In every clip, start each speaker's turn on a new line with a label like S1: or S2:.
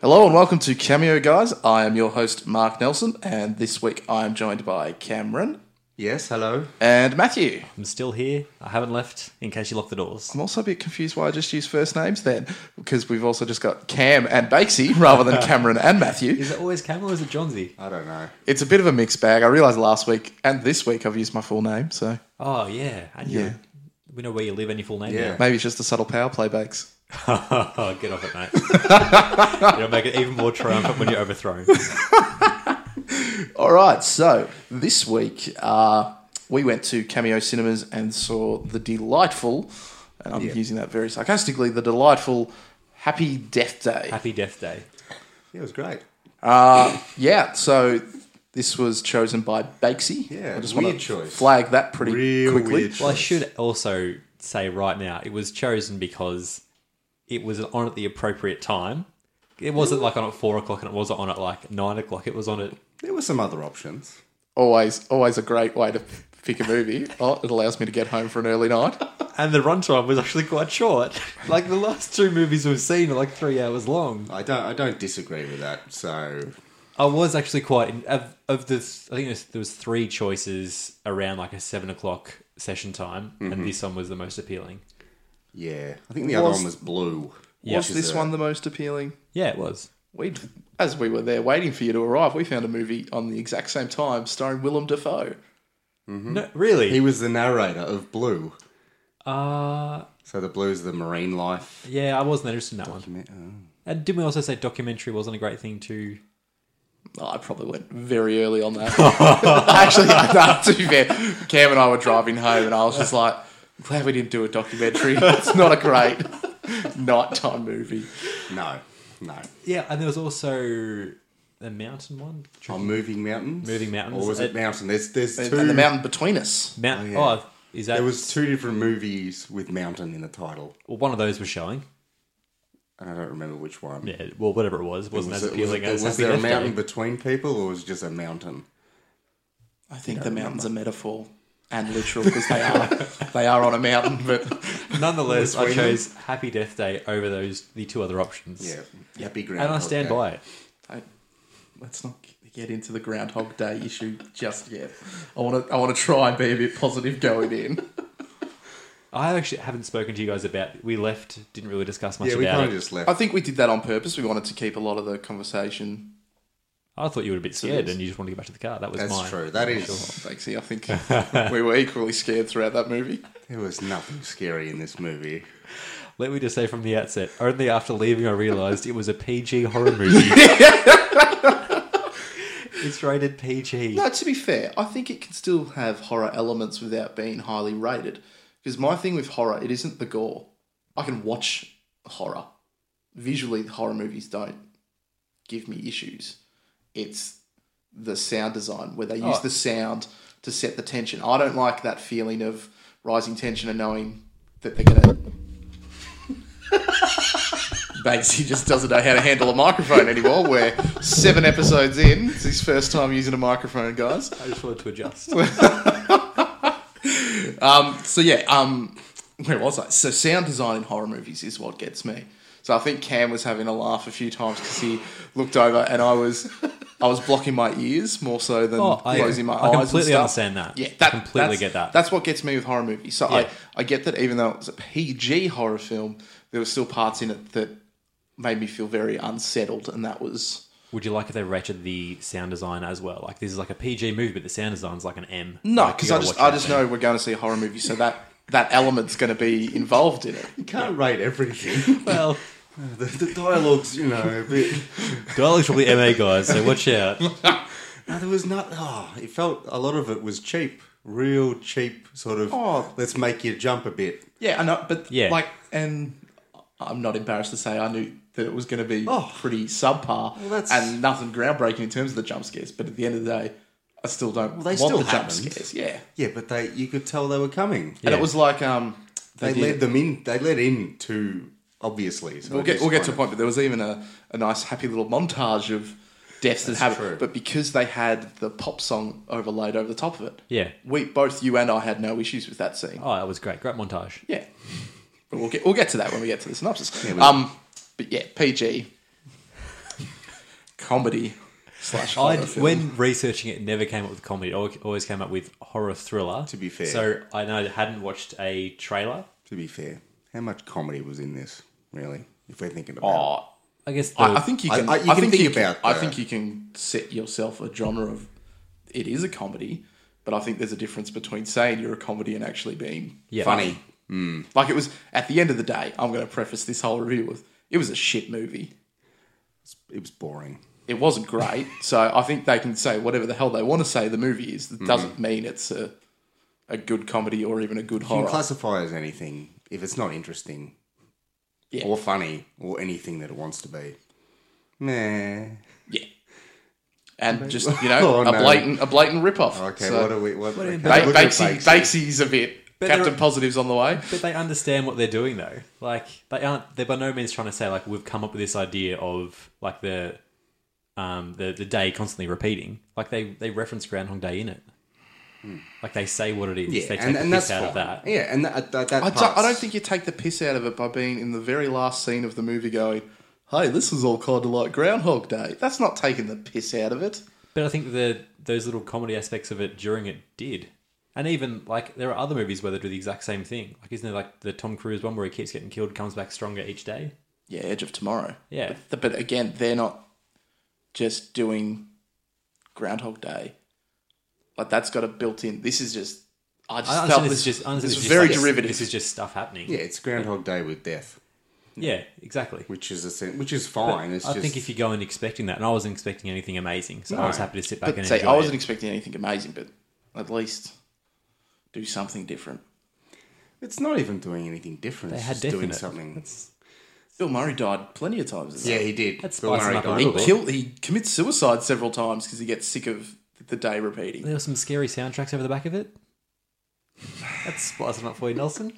S1: Hello and welcome to Cameo Guys. I am your host, Mark Nelson, and this week I am joined by Cameron
S2: Yes, hello.
S1: and Matthew.
S3: I'm still here. I haven't left in case you lock the doors.
S1: I'm also a bit confused why I just used first names then, because we've also just got Cam and Bakesy rather than Cameron and Matthew.
S3: Is it always Cam or is it Johnsy?
S2: I don't know.
S1: It's a bit of a mixed bag. I realised last week and this week I've used my full name, so
S3: Oh, yeah. And you,
S1: Yeah.
S3: we know where you live and your full name.
S2: Yeah.
S1: maybe it's just a subtle power play, Bakes.
S3: now. Get off it, mate. It'll make it even more triumphant when you're overthrown.
S1: All right, so this week uh, we went to Cameo Cinemas and saw the delightful, and I'm using that very sarcastically, the delightful Happy Death Day.
S3: Happy Death Day.
S2: Yeah, it was great.
S1: Yeah, so this was chosen by Bakesy.
S2: Yeah,
S1: I just
S2: weird
S1: want to
S2: choice.
S1: flag that pretty
S2: Real
S1: quickly.
S2: weird
S3: Well, I
S2: choice.
S3: should also say right now, it was chosen because it was on at the appropriate time. It wasn't like on at four o'clock and it wasn't on at like nine o'clock. It was on at.
S2: There were some other options.
S1: Always, always a great way to pick a movie. oh, it allows me to get home for an early night.
S3: And the runtime was actually quite short. Like the last two movies we've seen are like three hours long.
S2: I don't. I don't disagree with that. So
S3: I was actually quite in, of of the. th- I think there's- there was three choices around like a seven o'clock session time,
S2: Mm-hmm.
S3: and this one was the most appealing.
S2: yeah, I think the other
S1: Was-
S2: one was blue.
S1: Was this one the most appealing?
S3: Yeah, it was.
S1: We, as we were there waiting for you to arrive, we found a movie on the exact same time starring Willem Dafoe.
S3: No, really.
S2: Mm-hmm. He was the narrator of Blue.
S3: uh
S2: So the Blue is the marine life. uh,
S3: yeah, I wasn't interested in that one. And didn't we also say documentary wasn't a great thing to?
S1: Oh, I probably went very early on that. Actually, no, to be fair, Cam and I were driving home, and I was just like, "Glad we didn't do a documentary. It's not a great nighttime movie."
S2: No, no.
S3: Yeah, and there was also the mountain one.
S2: On moving mountains.
S3: Moving Mountains.
S2: Or was it
S3: Uh,
S2: mountain? There's there's two.
S1: And the mountain between us.
S3: Mount. Oh,
S2: yeah.
S3: is that
S2: There was two different movies with mountain in the title,
S3: well, one of those was showing?
S2: and I don't remember which one.
S3: Yeah, well, whatever it was, it wasn't
S2: Was,
S3: as
S2: it, was,
S3: appealing
S2: it-
S3: as
S2: was
S3: Happy
S2: there a
S3: Death Day.
S2: mountain between people, or was it just a mountain?
S1: I think the mountain's a metaphor and literal because they are they are on a mountain, but
S3: Nonetheless, I
S2: Between them.
S3: chose Happy Death Day over those the two other options.
S2: Yeah, happy ground.
S3: and I stand by it.
S1: I, let's not get into the Groundhog Day issue just yet. I want to I want to try and be a bit positive going in.
S3: I actually haven't spoken to you guys about. We left, didn't really discuss much
S2: Yeah, we
S3: about
S2: kind
S3: it.
S2: of just left.
S1: I think we did that on purpose. We wanted to keep a lot of the conversation
S3: I thought you were a bit scared
S1: is.
S3: and you just wanted to get back to the car. That was
S2: That's
S3: mine.
S2: true. That is.
S1: Thanks, I think we were equally scared throughout that movie.
S2: There was nothing scary in this movie.
S3: Let me just say from the outset, only after leaving I realised it was a PG horror movie. it's rated PG.
S1: No, to be fair, I think it can still have horror elements without being highly rated. Because my thing with horror, it isn't the gore. I can watch horror. Visually, horror movies don't give me issues. It's the sound design, where they use
S3: Oh.
S1: the sound to set the tension. I don't like that feeling of rising tension and knowing that they're going to. Batesy just doesn't know how to handle a microphone anymore. We're seven episodes in. It's his first time using a microphone, guys.
S3: I just wanted to adjust.
S1: Um, so yeah, um, where was I? So sound design in horror movies is what gets me. So I think Cam was having a laugh a few times because he looked over and I was, I was blocking my ears more so than
S3: Oh, I-
S1: closing my
S3: I
S1: eyes. and
S3: completely
S1: stuff.
S3: understand that.
S1: Yeah,
S3: I
S1: that,
S3: completely
S1: that's-
S3: get that.
S1: That's what gets me with horror movies. So
S3: Yeah.
S1: I, I get that even though it was a PG horror film, there were still parts in it that made me feel very unsettled, and that was
S3: Would you like if they rated the sound design as well? Like this is like a PG movie, but the sound design's like an M.
S1: No,
S3: Like, you
S1: because I
S3: gotta
S1: just
S3: watch
S1: I
S3: that
S1: just
S3: thing.
S1: know we're going to see a horror movie, so that that element's going to be involved in it.
S2: You can't rate everything.
S3: Well,
S2: the, the dialogues, you know, a bit.
S3: dialogue's probably MA guys, so watch out. Oh,
S2: No, there was not. Oh, it felt a lot of it was cheap, real cheap sort of.
S1: Oh.
S2: Let's make you jump a bit.
S1: Yeah, I know, but
S3: Yeah.
S1: like, and I'm not embarrassed to say I knew that it was going to be
S2: Oh.
S1: pretty subpar
S2: that's-
S1: and nothing groundbreaking in terms of the jump scares. But at the end of the day, I still don't
S2: they
S1: want
S2: still
S1: the jump
S2: happened.
S1: scares. Yeah.
S2: Yeah, but they you could tell they were coming.
S1: and
S3: Yeah.
S1: it was like um,
S2: They,
S1: did-
S2: led them in. They led in too obviously. So
S1: We'll get we'll get to a point, but there was even a, a nice happy little montage of deaths that
S2: true.
S1: happened. But because they had the pop song overlaid over the top of it,
S3: Yeah.
S1: we both you and I had no issues with that scene.
S3: Oh, that was great. Great montage.
S1: Yeah. Um, But we'll get we'll get to that when we get to the synopsis.
S2: we-
S1: um but yeah, PG. comedy slash
S3: I
S1: horror film.
S3: when researching it, never came up with comedy. It al- always came up with horror thriller.
S2: To be fair.
S3: so I know I hadn't watched a trailer.
S2: To be fair, how much comedy was in this, really? If we're thinking about it.
S1: oh,
S3: I guess the,
S1: I, I think you
S2: I-
S1: can. I,
S2: I- you can
S1: think,
S2: think
S1: you can-
S2: about
S1: I
S2: that.
S1: think you can set yourself a genre of. It is a comedy, but I think there's a difference between saying you're a comedy and actually being
S3: Yeah.
S1: funny. Like it was at the end of the day. I'm going to preface this whole review with it was a shit movie.
S2: it was boring.
S1: It wasn't great, so I think they can say whatever the hell they want to say. The movie is. That doesn't mean it's a a good comedy or even a good
S2: You can
S1: horror.
S2: classify as anything if it's not interesting,
S1: Yeah.
S2: or funny, or anything that it wants to be. Nah.
S1: yeah. And just you know,
S2: Oh,
S1: a
S2: no.
S1: blatant a blatant ripoff.
S2: Okay.
S1: So-
S2: what are we? What? okay,
S1: Ba-
S2: look at
S1: Bakesy,
S2: Bakesy.
S1: Bakesy's a bit.
S3: But
S1: Captain
S3: they're-
S1: Positive's on the way.
S3: but they understand what they're doing though. Like they aren't. They're by no means trying to say like we've come up with this idea of like the um the the day constantly repeating. Like they they reference Groundhog Day in it. Like they say what it is.
S2: Hmm. Yeah,
S3: they take
S2: and,
S3: the
S2: and
S3: piss
S2: that's
S3: out
S2: fine.
S3: of that.
S2: Yeah, and that, that, that
S1: I
S2: part's-
S1: don't, I don't think you take the piss out of it by being in the very last scene of the movie going, hey, this is all kind of like Groundhog Day. That's not taking the piss out of it.
S3: But I think the those little comedy aspects of it during it did. And even like there are other movies where they do the exact same thing. Like isn't there like the Tom Cruise one where he keeps getting killed, comes back stronger each day?
S1: Yeah, Edge of Tomorrow.
S3: Yeah.
S1: But, th- but again, they're not just doing Groundhog Day. Like, that's got a built in. This is just. I just
S3: I
S1: felt this,
S3: understand this is just I
S1: this
S3: understand this
S1: was
S3: is
S1: very
S3: just, like,
S1: derivative.
S3: This is just stuff happening.
S2: Yeah, it's Groundhog Day with death,
S3: Yeah, exactly.
S2: which is a sen- which is fine. it's
S3: I
S2: just
S3: think if you go in expecting that, and I wasn't expecting anything amazing, so I was happy to sit back
S1: but
S3: and
S1: say,
S3: enjoy
S1: I wasn't
S3: it.
S1: expecting anything amazing, but at least do something different.
S2: it's not even doing anything different.
S3: They
S2: it's
S3: had
S2: just
S3: death
S2: doing
S3: in it.
S2: something.
S1: Bill Murray died plenty of times. in that.
S2: yeah, he did.
S3: That's
S2: Bill
S3: spicing
S2: Murray
S3: up a
S2: died.
S3: little
S1: He
S3: bit.
S1: killed. He commits suicide several times because he gets sick of the day repeating.
S3: There were some scary soundtracks over the back of it. That's splicing up for you, Nelson.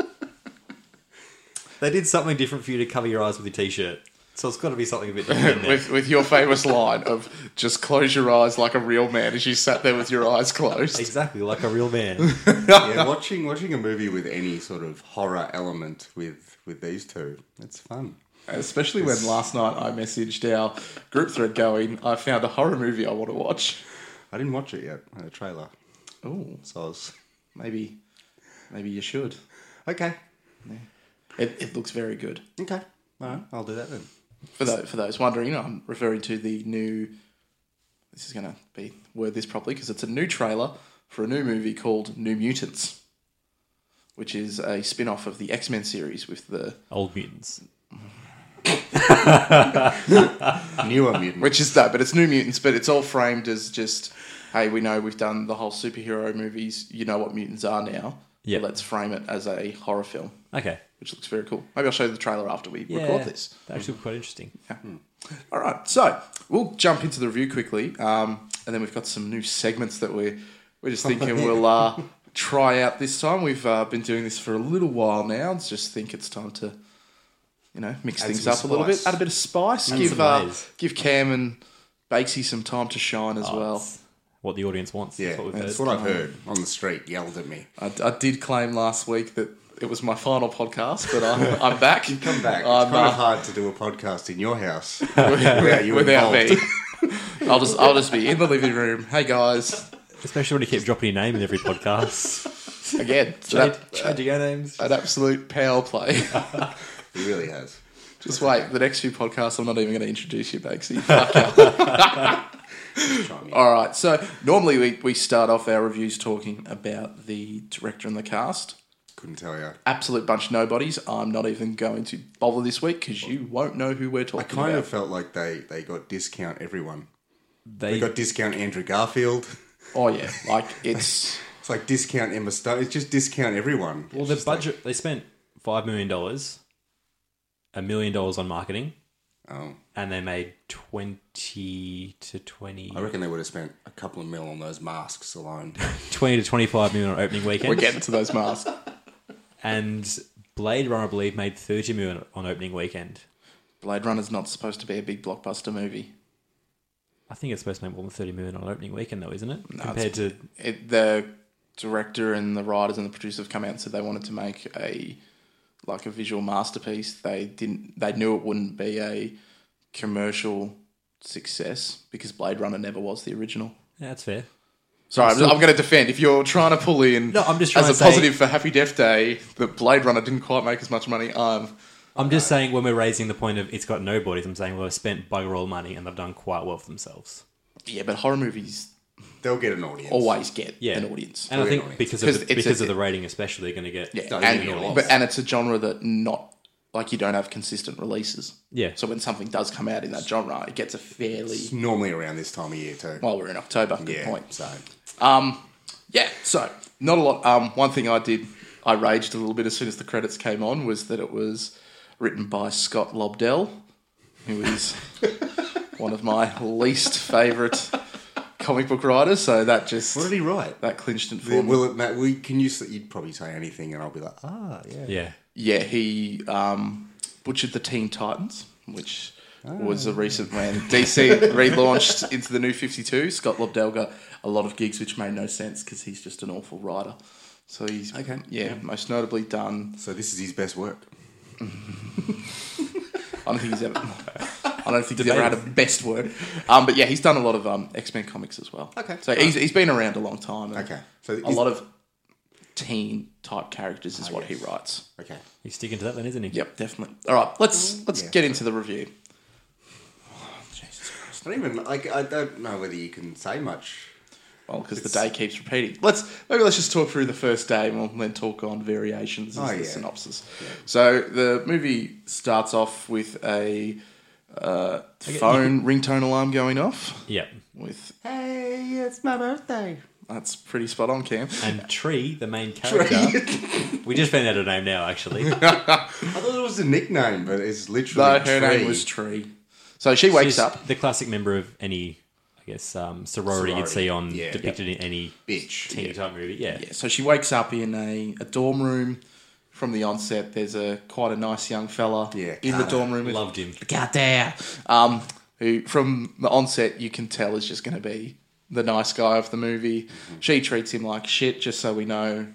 S3: they did something different for you to cover your eyes with your t-shirt, so it's got to be something a bit different. in there.
S1: With, with your famous line of "just close your eyes like a real man," as you sat there with your eyes closed.
S3: Exactly, like a real man.
S2: yeah, watching watching a movie with any sort of horror element with with these two, it's fun.
S1: Especially when last night I messaged our group thread going, "I found a horror movie I want to watch."
S2: I didn't watch it yet. I had a trailer,
S1: Oh,
S2: so I was
S1: maybe, maybe you should.
S2: okay,
S1: It, it looks very good.
S2: okay. All right, I'll do that then.
S1: For those, for those wondering, I'm referring to the new. This is going to be word this properly because it's a new trailer for a new movie called New Mutants, which is a spin off of the X Men series with the.
S3: Old mutants.
S2: Newer mutant.
S1: Which is that, but it's New Mutants, but it's all framed as just, hey, we know we've done the whole superhero movies, you know what mutants are now.
S3: Yeah.
S1: Let's frame it as a horror film,
S3: Okay.
S1: which looks very cool. Maybe I'll show you the trailer after we
S3: Yeah,
S1: record this.
S3: That actually was quite interesting.
S1: All right, so we'll jump into the review quickly, um, and then we've got some new segments that we're we're just thinking we'll uh, try out this time. We've uh, been doing this for a little while now. Just think it's time to you know mix
S2: Add
S1: things
S2: some
S1: up a little bit,
S2: spice.
S1: add a bit of spice, give
S3: some
S1: uh,
S3: layers.
S1: give Cam and Bakesy some time to shine
S2: Oh,
S1: as well.
S3: That's what the audience wants.
S2: yeah,
S3: that's what we've
S2: that's
S3: heard.
S2: what I've heard on the street. Yelled at me.
S1: I, I did claim last week that it was my final podcast, but I'm, I'm back.
S2: Come back. It's
S1: I'm,
S2: kind
S1: uh,
S2: of hard to do a podcast in your house.
S1: without,
S2: you
S1: me. I'll just I'll just be in the living room. Hey guys.
S3: Especially when you keep dropping your name in every podcast.
S1: Again, so that-
S3: Changing your names.
S1: an absolute power play.
S2: It really has.
S1: Just wait, the next few podcasts, I'm not even going to introduce you, Bakesy. Fuck yeah.
S2: Try me.
S1: All right, so normally we, we start off our reviews talking about the director and the cast.
S2: Couldn't tell you.
S1: Absolute bunch of nobodies. I'm not even going to bother this week because you won't know who we're talking
S2: Kind
S1: about.
S2: of felt like they they got discount everyone.
S3: They
S2: They got discount Andrew Garfield.
S1: Oh, yeah. Like, it's.
S2: It's like discount Emma Stone. It's just discount everyone.
S3: Well, the budget they spent five million dollars, a million dollars on marketing,
S2: Oh,
S3: and they made twenty to 20,
S2: I reckon they would have spent a couple of mil on those masks alone.
S3: 20 to twenty five million on opening
S1: We're
S3: weekend,
S1: getting to those masks.
S3: and Blade Runner, I believe, made thirty million on opening weekend.
S1: Blade Runner's not supposed to be a big blockbuster movie.
S3: I think it's supposed to make more than thirty million on opening weekend, though, isn't it? Compared to
S1: It, the director and the writers and the producers have come out and said they wanted to make a like a visual masterpiece. They didn't. They knew it wouldn't be a commercial success because Blade Runner never was the original.
S3: Yeah, that's fair.
S1: Sorry, I'm, I'm going to defend. If you're trying to pull in
S3: No, I'm just
S1: as
S3: trying
S1: a
S3: to say-
S1: positive for Happy Death Day that Blade Runner didn't quite make as much money, um, I'm
S3: I'm just saying when we're raising the point of it's got no bodies, I'm saying well, they've spent bugger all money and they've done quite well for themselves.
S1: yeah, but horror movies
S2: They'll get an audience.
S1: always get
S3: Yeah,
S1: an audience.
S3: and I
S2: An
S3: think
S2: audience.
S3: because of
S1: 'Cause
S3: the,
S1: it's a-
S3: because of the rating, especially, they're going to get
S1: Yeah,
S2: No, you need an
S1: and,
S2: audience.
S1: but, and it's a genre that not like you don't have consistent releases.
S3: Yeah.
S1: So when something does come out in that genre, it gets a fairly
S2: It's normally around this time of year too.
S1: well. We're in October. Good
S2: yeah.
S1: point.
S2: So
S1: Um, yeah. So not a lot. Um, one thing I did, I raged a little bit as soon as the credits came on was that it was written by Scott Lobdell, who is one of my least favourite comic book writers. So that just
S2: what did he write?
S1: that clinched it for me.
S2: Will it matter? Will you- can you? s- You'd probably say anything, and I'll be like, ah, yeah.
S3: yeah.
S1: Yeah, he um, butchered the Teen Titans, which was
S2: Ah.
S1: a recent when DC relaunched into the new 52. Scott Lobdell got a lot of gigs, which made no sense because he's just an awful writer. So he's, okay. yeah, most notably done.
S2: So this is his best work.
S1: I don't think he's ever. I don't think he's ever had a best word, um, but yeah, he's done a lot of um, X Men comics as well.
S2: Okay.
S1: so he's, he's been around a long time. and
S2: Okay. So
S1: a lot of teen type characters is what he writes.
S2: Okay.
S3: He's sticking to that then, isn't he?
S1: Yep, definitely. All right, let's let's
S2: Mm. yeah.
S1: get into the review.
S2: It's not even like I don't know whether you can say much.
S1: Well, because the day keeps repeating. Let's maybe let's just talk through the first day, and we'll then talk on variations as
S2: Oh,
S1: the
S2: yeah.
S1: synopsis. So the movie starts off with a uh, phone ringtone alarm going off.
S3: Yep.
S1: With
S2: Hey, it's my birthday.
S1: that's pretty spot on, Cam.
S3: And Tree, the main character, we just found out her name now. Actually,
S2: I thought it was a nickname, but it's
S1: No,
S2: literally.
S1: her
S2: Tree.
S1: name was Tree. So she wakes
S3: She's
S1: up.
S3: the classic member of any, I guess, um, sorority, you'd
S2: Sorority.
S3: see on
S2: Yeah.
S3: depicted in any
S2: bitch.
S3: teeny time movie. Yeah.
S1: Yeah, so she wakes up in a, a dorm room. From the onset, there's a quite a nice young fella
S2: Yeah,
S1: in the
S2: Carter.
S1: dorm room. with-
S3: loved him.
S1: Got there. Um, who from the onset you can tell is just going to be the nice guy of the movie. She treats him like shit, just so we know.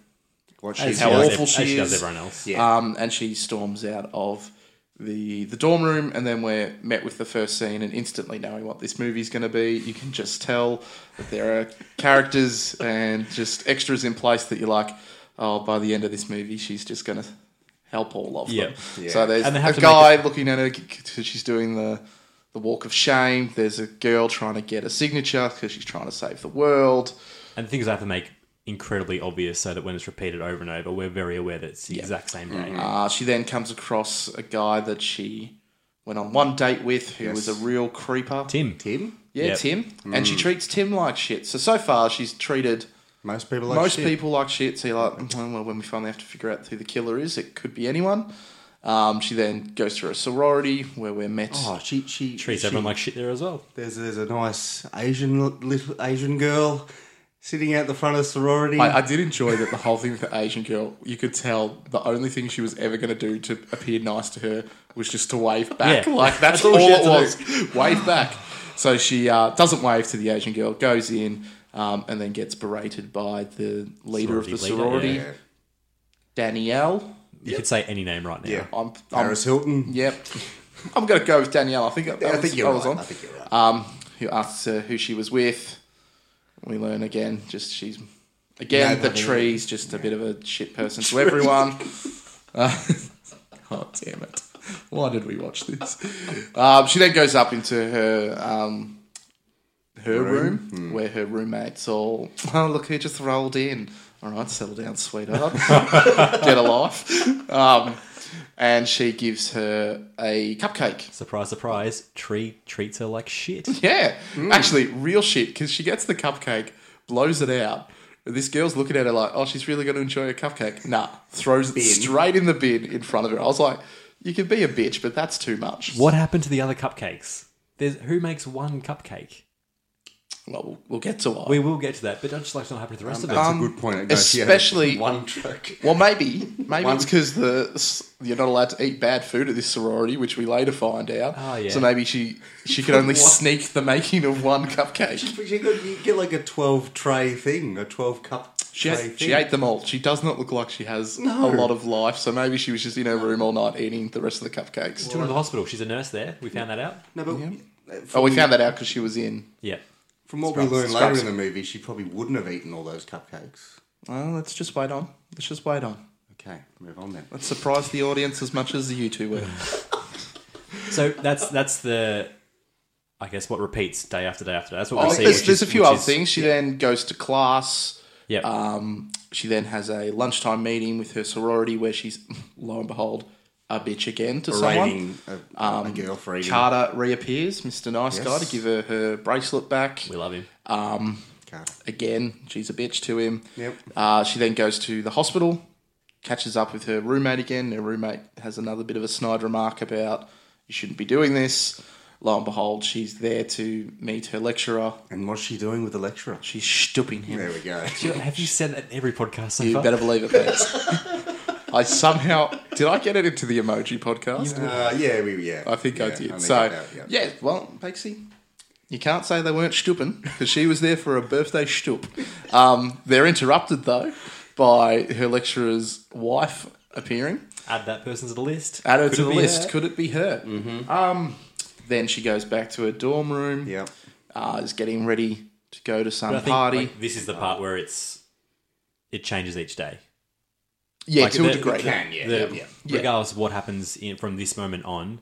S2: What
S3: As
S2: she's
S3: she
S1: how
S3: does
S1: old-
S2: like,
S1: awful
S3: ev-
S1: she
S3: as does
S1: is.
S3: everyone else.
S2: Yeah.
S1: Um, and she storms out of the the dorm room, and then we're met with the first scene, and instantly knowing what this movie's going to be, you can just tell that there are characters and just extras in place that you're like, oh, by the end of this movie, she's just going to help all of
S3: Yeah.
S1: them.
S2: Yeah.
S1: So there's
S3: And they have
S1: a
S3: to make
S1: guy looking at her because she's doing the the walk of shame. There's a girl trying to get a signature because she's trying to save the world.
S3: And things I have to make incredibly obvious so that when it's repeated over and over, we're very aware that it's the exact same day.
S1: Uh, she then comes across a guy that she went on one date with who was a
S2: Yes.
S1: real creeper.
S3: Tim.
S2: Tim. Mm.
S1: Yeah,
S3: Yep.
S1: Tim. And she treats Tim like shit. So, so far, she's treated
S2: Most people like
S1: most
S2: shit.
S1: people like shit. So you're like, "Mm, well, when we finally have to figure out who the killer is, it could be anyone. Um, she then goes through a sorority where we're met.
S2: Oh, she she
S3: Treats
S2: she-
S3: everyone like shit there as well.
S2: There's there's a nice Asian little Asian girl sitting out the front of sorority.
S1: I, I did enjoy that the whole thing with the Asian girl, you could tell the only thing she was ever going to do to appear nice to her was just to wave back.
S3: Yeah.
S1: Like, that's,
S3: That's
S1: all,
S3: all she
S1: it
S3: had
S1: was. wave back. So she uh, doesn't wave to the Asian girl, goes in, um, and then gets berated by the leader of the
S3: Sorority leader,
S1: sorority,
S3: yeah.
S2: yeah.
S1: Danielle.
S3: You could say any name right now.
S2: Yeah.
S1: I'm, I'm,
S2: Paris Hilton.
S1: yep. I'm going to go with Danielle. I think, that
S2: I
S1: was-
S2: think you're
S1: I
S2: right.
S1: was on.
S2: I think you're right.
S1: um, who asks her who she was with. We learn again, just she's again
S2: No,
S1: the
S2: no, no.
S1: tree's just a bit of a shit person to everyone. Uh, oh damn it! Why did we watch this? Um, she then goes up into her um, her room, where her roommates all oh look who just rolled in. All right, settle down, sweetheart. Get a life. Um, and she gives her a cupcake.
S3: Surprise, surprise. Tree treats her like shit.
S1: Yeah,
S3: Hmm.
S1: actually, real shit. Because she gets the cupcake, blows it out. This girl's looking at her like, "Oh, she's really going to enjoy a cupcake." Nah, throws it straight in the bin in front of her. I was like, "You can be a bitch, but that's too much."
S3: What happened to the other cupcakes? There's who makes one cupcake?
S1: Well, we'll, we'll get to why.
S3: We will get to that, but I'd just like to know what happened to the rest of
S1: Um,
S3: them.
S2: That's a good point. It goes, yeah,
S1: especially-
S2: one truck.
S1: well, maybe, maybe it's because the you're not allowed to eat bad food at this sorority, which we later find out.
S3: Oh, yeah.
S1: So maybe she she could only sneak the making of one cupcake.
S2: But you, got, you get like a twelve tray thing, a twelve cup
S1: She,
S2: tray thing.
S1: she ate them all. She does not look like she has
S2: No.
S1: a lot of life, so maybe she was just in her room all night eating the rest of the cupcakes.
S3: She went to the hospital. She's a nurse there. We found that out.
S2: no, but uh,
S1: Oh, we found that out because she was in.
S3: Yeah.
S2: From what we
S1: Scrubs.
S2: learn later
S1: Scrubs.
S2: in the movie, she probably wouldn't have eaten all those cupcakes.
S1: Well, let's just wait on. Let's just wait on.
S2: Okay, move on then.
S1: Let's surprise the audience as much as you two were.
S3: So that's that's the, I guess what repeats day after day after day. That's what
S1: Oh,
S3: we see.
S1: there's,
S3: which
S1: there's
S3: is-
S1: a few
S3: which
S1: other
S3: is-
S1: things. She then goes to class.
S3: Yeah.
S1: Um, she then has a lunchtime meeting with her sorority where she's, lo and behold, a bitch again to someone. um,
S2: Raiding a, a girl for eating
S1: Carter reappears, Mr. Nice
S2: Yes.
S1: Guy, to give her her bracelet back.
S3: we love him.
S2: Carter.
S1: Again, she's a bitch to him.
S2: Yep.
S1: Uh, she then goes to the hospital, catches up with her roommate again. Her roommate has another bit of a snide remark about you shouldn't be doing this. Lo and behold, she's there to meet her lecturer.
S2: And what's she doing with the lecturer?
S1: She's stooping him.
S2: There we go.
S3: Have you said that in every podcast so
S1: You
S3: far?
S1: better believe it, thanks. I somehow did I get it into the emoji podcast?
S2: Uh, yeah, we yeah.
S1: I think I
S2: yeah,
S1: did.
S2: think
S1: so
S2: I know, yeah.
S1: yeah, well, Pixie, you can't say they weren't stooping because she was there for a birthday stoop. Um, they're interrupted though by her lecturer's wife appearing.
S3: Add that person to the list.
S1: Add her
S3: Could
S1: to
S3: it
S1: the
S3: be
S1: list.
S3: her? Mm-hmm.
S1: Could it be her? Um, then she goes back to her dorm room.
S2: Yep.
S1: uh, is getting ready to go to some
S3: But I think,
S1: party.
S3: like, this is the part where it's it changes each day.
S1: yeah,
S3: like,
S1: to a
S3: the-
S1: degree.
S2: Can yeah,
S3: The-
S2: yeah.
S3: Regardless of what happens in, from this moment on,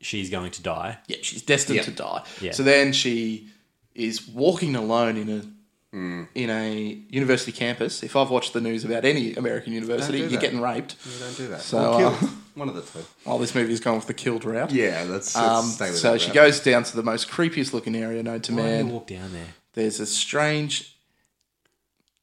S3: she's going to die.
S1: Yeah, she's destined
S2: Yeah.
S1: to die.
S3: Yeah.
S1: So then she is walking alone in a in a university campus. If I've watched the news about any American university,
S2: do
S1: you're
S2: that.
S1: getting raped.
S2: yeah. Don't do that.
S1: So,
S2: Or kill.
S1: uh,
S2: one of the two.
S1: Oh, this movie is going with the killed route.
S2: Yeah, let's, let's
S1: Um,
S2: stay with
S1: so
S2: that
S1: she
S2: route.
S1: goes down to the most creepiest looking area known to
S3: Why do you
S1: man.
S3: walk down there?
S1: There's a strange.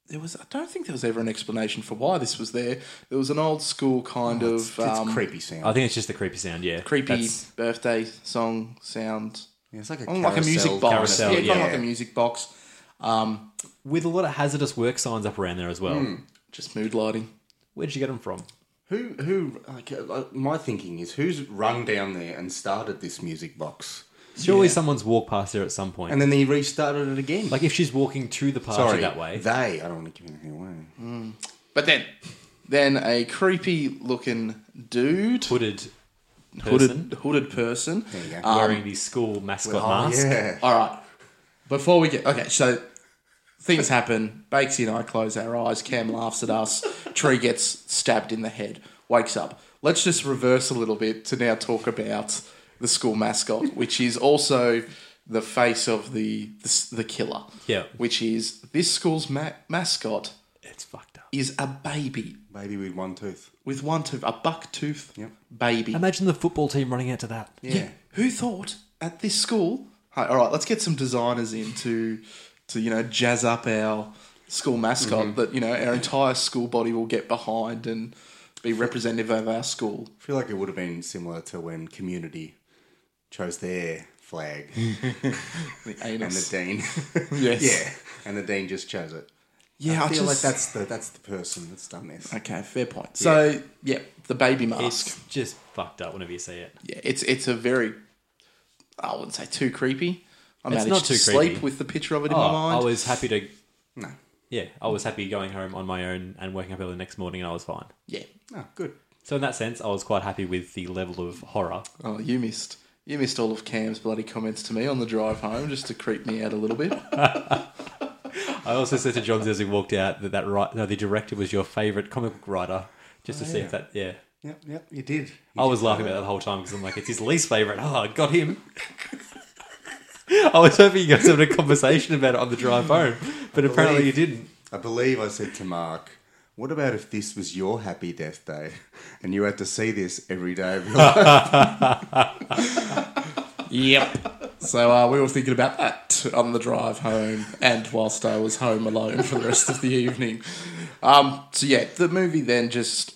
S1: There was. I don't think there was ever an explanation for why this was there. There was an old school kind of
S2: It's a
S1: um,
S2: creepy sound.
S3: I think it's just the creepy sound. Yeah,
S1: creepy
S3: That's-
S1: birthday song sound.
S2: Yeah, it's like a,
S1: On Oh, like a music
S2: carousel
S1: box.
S3: Carousel,
S1: yeah, kind
S3: yeah.
S1: of like a music box. Um,
S3: with a lot of hazardous work signs up around there as well.
S1: Hmm. Just mood lighting.
S3: Where'd you get them from?
S2: Who who? Like, uh, my thinking is who's run down there and started this music box,
S3: Surely someone's walked past there at some point.
S2: and then they restarted it again.
S3: like if she's walking to the party
S2: sorry,
S3: that way,
S2: They. I don't want to give anything away.
S1: But then, then a creepy looking dude,
S3: hooded person
S1: hooded, hooded person.
S2: There you go.
S3: wearing the school mascot
S2: oh
S3: Uh, mask.
S2: yeah.
S1: All right. Before we get okay, so things happen. Bakesy and I close our eyes. Cam laughs at us. Tree gets stabbed in the head. Wakes up. Let's just reverse a little bit to now talk about the school mascot, which is also the face of the the, the killer.
S3: Yeah.
S1: Which is this school's ma- mascot
S3: It's fucked up.
S1: is a baby
S2: Maybe with one tooth.
S1: with one tooth, a buck tooth
S2: Yep.
S1: baby.
S3: Imagine the football team running out to that.
S1: Yeah. Who thought at this school? Hi, all right, let's get some designers in to, to you know, jazz up our school mascot
S2: Mm-hmm.
S1: that you know our entire school body will get behind and be representative of our school.
S2: I feel like it would have been similar to when Community chose their flag
S1: The
S2: and the
S1: anus.
S2: dean.
S1: yes.
S2: yeah, and the dean just chose it.
S1: Yeah. I,
S2: I feel
S1: just,
S2: like that's the that's the person that's done this.
S1: okay. Fair point. So yeah, the baby mask.
S3: It's just fucked up whenever you see it.
S1: yeah, it's it's a very. I wouldn't say too creepy. I managed
S3: not
S1: to
S3: too
S1: sleep
S3: creepy.
S1: with the picture of it in
S3: Oh,
S1: my mind.
S3: I was happy to.
S2: No,
S3: Yeah, I was happy going home on my own and waking up early the next morning, and I was fine.
S1: yeah.
S2: no, Ah, good.
S3: So in that sense, I was quite happy with the level of horror.
S1: Oh, you missed. You missed all of Cam's bloody comments to me on the drive home just to creep me out a little bit.
S3: I also said to John as we walked out that that right, no, the director was your favourite comic book writer, just to see if that. Oh, Yeah,
S2: Yep, yep, you did.
S3: I was laughing about that the whole time because I'm like, it's his least favourite. Oh, I got him. I was hoping you guys had a conversation about it on the drive home, but apparently you didn't.
S2: I believe I said to Mark, "What about if this was your happy death day, and you had to see this every day of your life?"
S1: Yep. So uh, we were thinking about that on the drive home and whilst I was home alone for the rest of the evening. Um, so yeah, the movie then just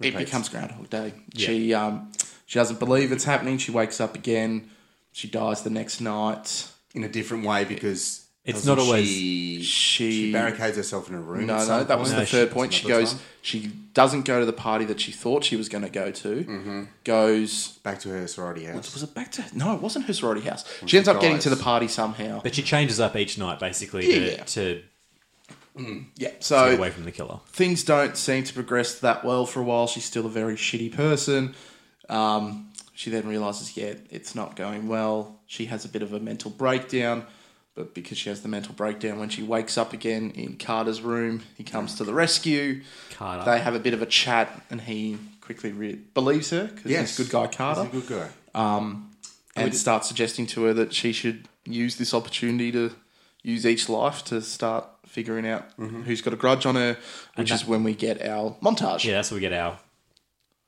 S1: it becomes Groundhog Day. She um, she doesn't believe it's happening. She wakes up again. She dies the next night.
S2: in a different way because
S3: It's
S2: doesn't
S3: not always-
S2: She,
S1: she-
S2: she barricades herself in a room.
S1: No,
S2: at
S1: no,
S2: some
S1: that was
S2: point.
S1: the third point.
S2: that's
S1: She
S2: another
S1: goes.
S2: time.
S1: She doesn't go to the party that she thought she was going to go to. Goes.
S2: back to her sorority house.
S1: Was it back to? No, it wasn't her sorority house. She ends up getting
S2: guys.
S1: to the party somehow.
S3: But she changes up each night basically
S1: Yeah.
S3: to, to
S1: Yeah.
S3: get
S1: So
S3: away from the killer.
S1: things don't seem to progress that well for a while. She's still a very shitty person. Um, She then realizes, yeah, it's not going well. She has a bit of a mental breakdown, but because she has the mental breakdown, when she wakes up again in Carter's room, he comes to the rescue.
S3: Carter.
S1: They have a bit of a chat, and he quickly re- believes her because
S2: Yes.
S1: he's a good guy, Carter
S2: He's a good guy.
S1: and start suggesting to her that she should use this opportunity to use each life to start figuring out
S3: Mm-hmm.
S1: who's got a grudge on her, which is when we get our montage.
S3: Yeah, that's where we get our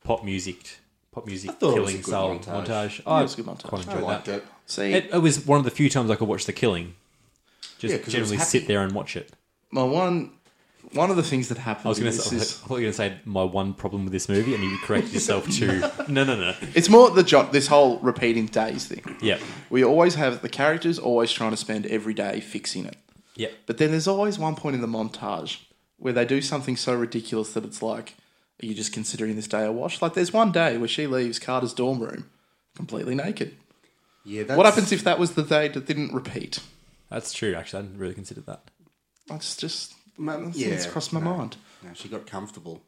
S3: pop music, pop music
S2: thought it was a
S3: killing
S2: good
S3: soul
S2: montage.
S3: montage. I
S1: it was a good montage.
S3: Quite
S2: I
S3: enjoyed
S2: liked
S3: that.
S2: it.
S1: See,
S3: It, it was one of the few times I could watch the killing. Just
S2: Yeah, 'cause it was
S3: generally
S2: happy.
S3: sit there and watch it.
S1: my one one of the things that happened
S3: I was
S1: in
S3: going to
S1: this
S3: say, I
S1: is
S3: thought you were going to say my one problem with this movie, and you corrected yourself to no, no, no.
S1: it's more the jo- this whole repeating days thing.
S3: Yep,
S1: We always have the characters always trying to spend every day fixing it.
S3: yep.
S1: But then there's always one point in the montage where they do something so ridiculous that it's like, are you just considering this day a wash? Like there's one day where she leaves Carter's dorm room completely naked.
S2: Yeah, that's,
S1: What happens if that was the day that didn't repeat?
S3: That's true. Actually, I didn't really consider that.
S1: That's just
S2: Ma-
S1: yeah, it's crossed my
S2: no.
S1: mind.
S2: No, she got comfortable.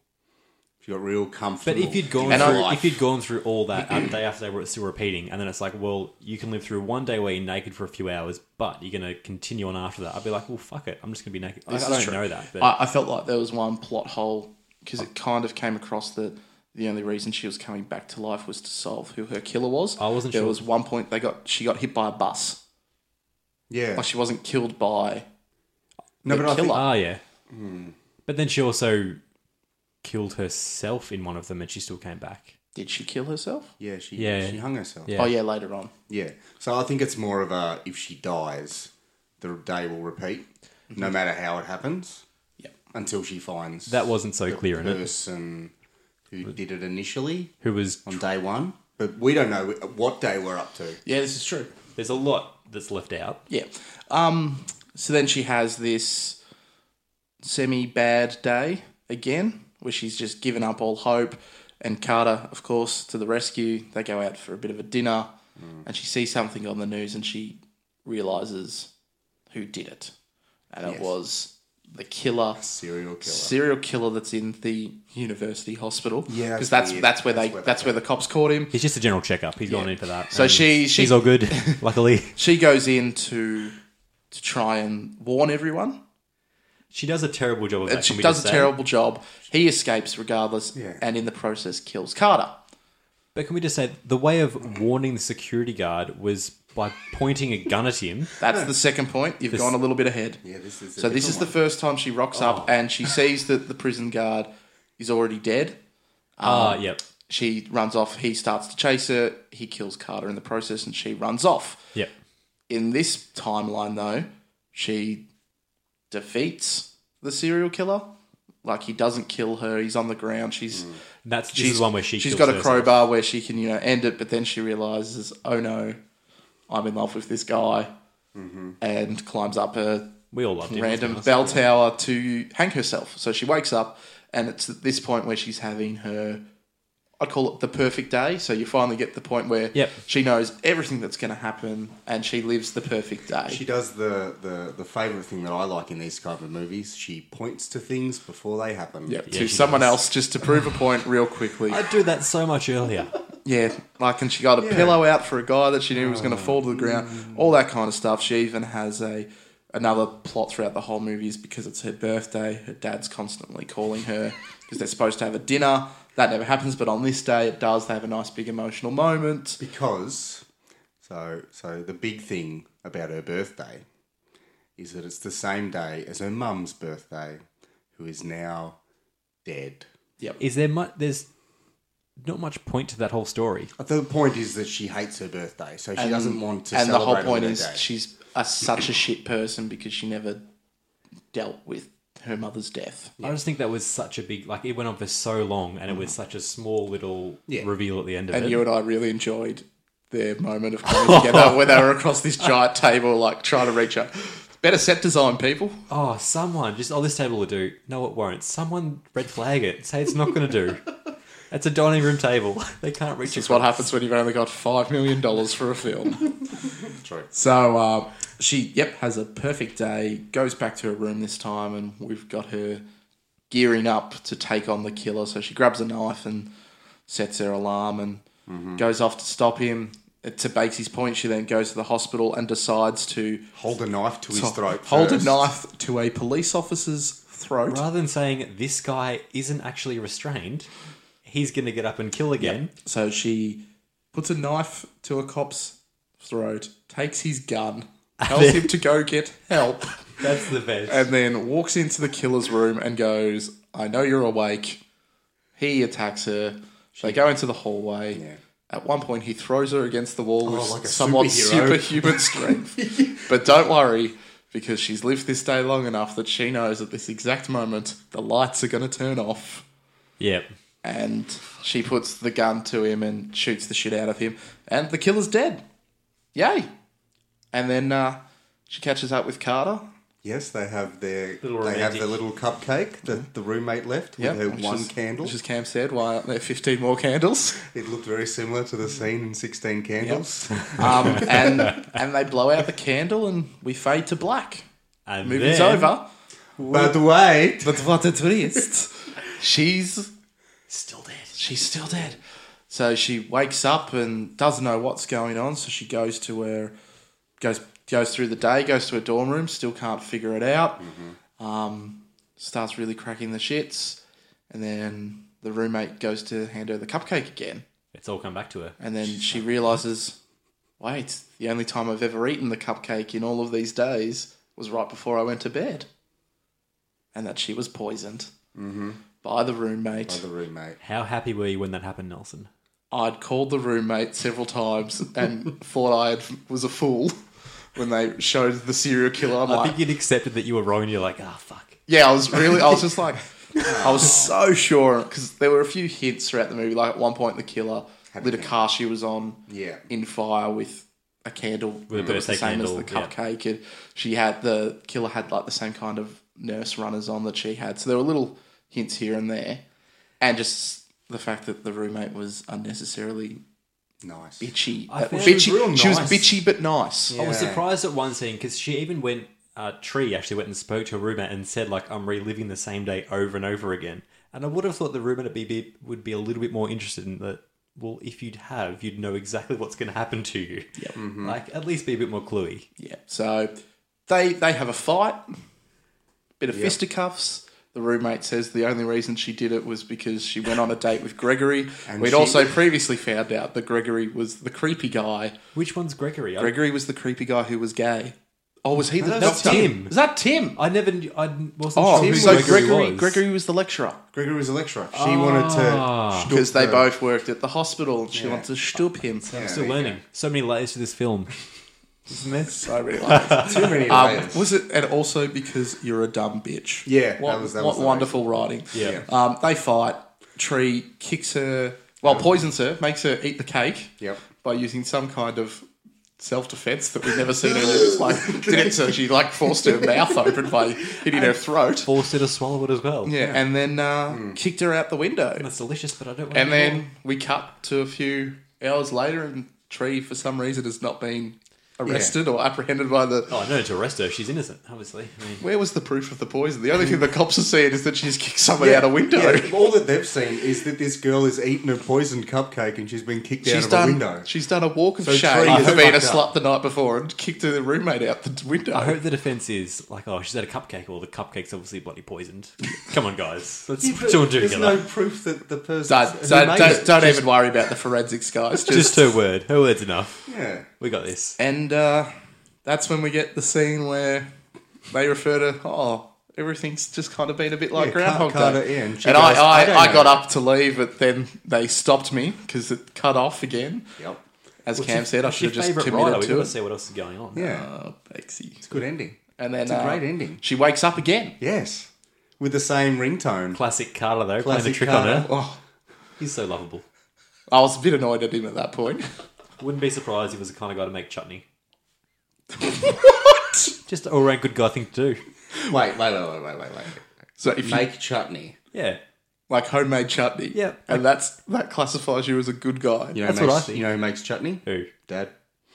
S2: She got real
S3: But
S2: comfortable.
S3: if you'd gone
S1: And I-
S3: through, if you'd gone through all that uh, day after day, where it's still repeating, and then it's like, well, you can live through one day where you're naked for a few hours, but you're going to continue on after that. I'd be like, well, fuck it, I'm just going to be naked. Like, I
S1: This
S3: don't
S1: is true.
S3: know that, but
S1: I, I felt like there was one plot hole because it kind of came across that the only reason she was coming back to life was to solve who her killer was.
S3: I wasn't
S1: there
S3: sure.
S1: was one point they got she got hit by a bus.
S2: yeah,
S1: Like she wasn't killed by
S2: no,
S1: the
S2: but I think,
S1: killer.
S3: ah, yeah.
S1: Hmm.
S3: But then she also killed herself in one of them, and she still came back.
S1: Did she kill herself?
S2: yeah, she
S3: Yeah.
S2: she hung herself.
S3: Yeah.
S1: Oh yeah, later on.
S2: Yeah. So I think it's more of a if she dies, the day will repeat,
S1: Mm-hmm.
S2: no matter how it happens,
S1: Yep.
S2: until she finds
S3: That wasn't so
S2: the
S3: clear in it.
S2: person who did it initially
S3: Who was?
S2: on day one. But we don't know what day we're up to.
S1: Yeah, this is true.
S3: There's a lot that's left out.
S1: Yeah. Um, so then she has this semi bad day again, where she's just given up all hope. And Carter, of course, to the rescue. They go out for a bit of a dinner,
S2: Mm.
S1: and she sees something on the news, and she realizes who did it, and it
S2: Yes.
S1: was the killer,
S2: Serial killer.
S1: serial killer that's in the university hospital.
S2: Yeah,
S1: because that's
S2: that's weird.
S1: that's where
S2: That's
S1: they
S2: where they
S1: that's where the cops caught him.
S3: It's just a general checkup. He's gone in for that.
S1: So
S3: and
S1: she- she-
S3: she's all good. Luckily,
S1: She goes in to to try and warn everyone.
S3: she does a terrible job of that.
S1: And she
S3: can we
S1: does
S3: just
S1: a
S3: say?
S1: terrible job. He escapes regardless,
S2: Yeah.
S1: and in the process kills Carter.
S3: But can we just say the way of warning the security guard was by pointing a gun at him?
S1: That's the second point. You've gone a little bit ahead.
S2: Yeah, this is. a
S1: so this
S2: different Oh.
S1: is the first time she rocks up, and she sees that the prison guard is already dead.
S3: Ah, yep,
S1: She runs off. He starts to chase her. He kills Carter in the process, and she runs off.
S3: yep.
S1: In this timeline, though, she defeats the serial killer. Like he doesn't kill her. He's on the ground. She's
S2: Mm.
S3: That's this
S1: She's
S3: is one where she
S1: she's
S3: kills
S1: got a
S3: herself.
S1: crowbar where she can you know end it, but then she realizes, oh no, I'm in love with this guy, and climbs up a
S3: We all loved him.
S1: random
S3: let's be honest.
S1: bell tower to hang herself. So she wakes up, and it's at this point where she's having her. I call it the perfect day. So you finally get the point where
S3: Yep.
S1: she knows everything that's going to happen, and she lives the perfect day.
S2: She does the, the, the favourite thing that I like in these kind of movies. She points to things before they happen.
S1: Yep, to
S3: she
S1: someone
S3: does.
S1: else just to prove a point real quickly.
S3: I'd do that so much earlier.
S1: Yeah, like, and she got a pillow out for a guy that she knew was going to fall to the ground, all that kind of stuff. She even has a another plot throughout the whole movie is because it's her birthday. Her dad's constantly calling her because they're supposed to have a dinner. That never happens, but on this day it does. They have a nice big emotional moment.
S2: Because, so, so the big thing about her birthday is that it's the same day as her mum's birthday, who is now dead.
S3: Is there much? There's not much point to that whole story.
S2: But The point is that she hates her birthday, so she doesn't want to
S1: and the whole
S2: celebrate
S1: point
S2: her
S1: is
S2: day.
S1: she's a, such a shit person because she never dealt with her mother's death.
S3: I just think that was such a big like it went on for so long, and it was such a small little
S2: Yeah.
S3: reveal at the end of
S1: Mm. And
S3: it.
S1: you and I really enjoyed their moment of coming together where they were across this giant table, like trying to reach out. Better set design, people.
S3: oh, someone just oh this table will do. No, it won't. Someone red flag it. Say it's not going to do. That's a dining room table. They can't reach
S1: It's
S3: it.
S1: what happens when you've only got $5 million for a film.
S2: Sorry.
S1: So uh, she, yep, has a perfect day, goes back to her room this time, and we've got her gearing up to take on the killer. So she grabs a knife and sets her alarm, and goes off to stop him. To Bakesy's point, she then goes to the hospital and decides to
S2: Hold a knife to his throat.
S1: hold a
S2: first.
S1: knife to a police officer's throat.
S3: Rather than saying this guy isn't actually restrained, he's going to get up and kill again.
S1: So she puts a knife to a cop's throat, takes his gun, tells him to go get help,
S3: That's the best.
S1: and then walks into the killer's room and goes, I know you're awake. He attacks her. They go into the hallway.
S2: Yeah.
S1: At one point, he throws her against the wall with
S2: Oh, like a
S1: somewhat
S2: superhero.
S1: superhuman strength. but don't worry, because she's lived this day long enough that she knows at this exact moment the lights are going to turn off
S3: yep.
S1: and she puts the gun to him and shoots the shit out of him, and the killer's dead. Yay! And then uh, she catches up with Carter.
S2: Yes, they have their
S3: Little
S2: they have
S3: romantic-
S2: their little cupcake that the roommate left with
S1: Mm-hmm. Yep,
S2: her
S1: which
S2: one
S1: is-
S2: candle.
S1: which as Cam said, why aren't there fifteen more candles?
S2: It looked very similar to the scene in Sixteen Candles.
S1: Um, and and they blow out the candle, and we fade to black.
S3: And
S1: Movie's
S3: then,
S1: over.
S2: but wait,
S1: But what a twist! She's
S3: Still dead.
S1: she's still dead. So she wakes up and doesn't know what's going on. So she goes to her, goes goes through the day, goes to her dorm room, still can't figure it out. Um, starts really cracking the shits, and then the roommate goes to hand her the cupcake again,
S3: It's all come back to her.
S1: and then she realizes, wait, it's the only time I've ever eaten the cupcake in all of these days was right before I went to bed, and that she was poisoned by the roommate.
S2: the roommate.
S3: How happy were you when that happened, Nelson?
S1: I'd called the roommate several times and thought I had, was a fool when they showed the serial killer. I'm
S3: I
S1: like,
S3: think you'd accepted that you were wrong and you're like, ah, fuck.
S1: yeah, I was really, I was just like, I was so sure because there were a few hints throughout the movie. Like at one point, the killer lit a car she was on
S2: Yeah.
S1: in fire with a candle
S3: With a
S1: that was the
S3: birthday
S1: same as the
S3: candle, yeah.
S1: cupcake. And she had the killer had like the same kind of nurse runners on that she had. So there were little hints here and there, and just the fact that the roommate was unnecessarily
S2: Nice.
S1: bitchy.
S3: I
S1: Uh,
S3: found
S1: bitchy.
S2: it real
S1: She was
S2: nice.
S1: bitchy but nice. Oh,
S3: I was
S2: Yeah.
S3: surprised at one scene because she even went. Uh, Tree actually went and spoke to a roommate and said, "Like I'm reliving the same day over and over again." And I would have thought the roommate would be, be would be a little bit more interested in that. Well, if you'd have, you'd know exactly what's going to happen to you. Yeah, Like at least be a bit more cluey.
S1: Yeah. So they they have a fight, bit of fisticuffs. The roommate says the only reason she did it was because she went on a date with Gregory.
S2: And
S1: We'd
S2: she-
S1: also previously found out that Gregory was the creepy guy.
S3: Which one's Gregory? I,
S1: Gregory was the creepy guy who was gay. Oh, was he the
S2: No,
S3: that's
S1: doctor?
S3: Tim.
S1: Was that Tim?
S3: I never. knew- I wasn't
S1: Oh,
S3: sure who
S1: so
S3: Gregory,
S1: Gregory Gregory
S3: was.
S1: was. the lecturer
S2: Gregory was a lecturer. She wanted
S3: Ah.
S2: to
S1: because they
S2: the-
S1: both worked at the hospital. and She
S2: Yeah.
S1: wanted to stoop him.
S3: I'm still learning. So many layers to this film. Isn't there?
S1: I really like it.
S2: too many
S1: Um,
S2: layers.
S1: was it? And also because you're a dumb bitch.
S2: Yeah,
S1: What,
S2: that was- that
S1: what
S2: was the
S1: wonderful writing.
S3: Yeah.
S1: Um, they fight. Tree kicks her. Well, poisons her. Makes her eat the cake.
S2: Yep.
S1: By using some kind of self defense that we've never seen her use. Like did it so she like forced her mouth open by hitting her throat.
S3: Forced her to swallow it as well.
S1: Yeah. And then uh,
S2: Hmm.
S1: kicked her out the window.
S3: That's delicious, but I don't. want
S1: And
S3: any
S1: then we cut to a few hours later, and Tree for some reason has not been arrested or apprehended by the
S3: more. Oh, no! To arrest her, she's innocent. Obviously. I mean,
S1: Where was the proof of the poison? The only thing the cops are seeing is that she's kicked someone out a window.
S2: Yeah, all that they've seen is that this girl has eaten a poisoned cupcake and she's been kicked
S1: She's
S2: out of
S1: done.
S2: a window.
S1: She's done a walk of
S2: So Tree
S1: shame
S2: is
S1: for being a
S2: fucked up.
S1: slut the night before and kicked her roommate out the window.
S3: I hope the defense is like, oh, she's had a cupcake. Well, the cupcake's obviously bloody poisoned. Come on, guys, let's put two and two
S2: There's
S3: together.
S2: no proof that the person.
S1: don't
S2: who
S1: don't,
S2: made
S1: don't,
S2: it.
S1: don't even worry about the forensics guys. Just,
S3: Just her word. Her word's enough.
S2: Yeah.
S3: We got this.
S1: and uh, that's when we get the scene where they refer to oh everything's just kind of been a bit like
S2: Yeah, Car-
S1: Groundhog
S2: Carter,
S1: Day.
S2: yeah, and
S1: and
S2: she goes,
S1: I
S2: "I
S1: I,
S2: don't
S1: I,
S2: know."
S1: got up to leave, but then they stopped me because it cut off again.
S2: Yep.
S1: As Cam said, I should have just committed
S3: writer. We've
S1: to
S3: got to
S1: it.
S3: see what else is going on.
S2: Yeah.
S1: Oh, Bexy.
S2: Uh, it's a good ending.
S1: And then
S2: It's a
S1: uh,
S2: great ending.
S1: She wakes up again.
S2: Yes. With the same ringtone.
S3: Classic Carter though, playing
S2: Classic
S3: a trick on
S2: Carter.
S3: her.
S1: Oh,
S3: He's so lovable.
S1: I was a bit annoyed at him at that point.
S3: Wouldn't be surprised he was the kind of guy to make chutney. what? Just an all round good guy thing to do.
S2: Wait, wait, wait, wait, wait, wait, wait.
S1: So if you
S2: Make chutney.
S3: Yeah.
S1: like homemade chutney,
S3: Yeah.
S1: and that's that classifies you as a good guy.
S2: You know,
S3: That's
S2: makes,
S3: what I think.
S2: You know who makes chutney?
S3: Who?
S2: Dad.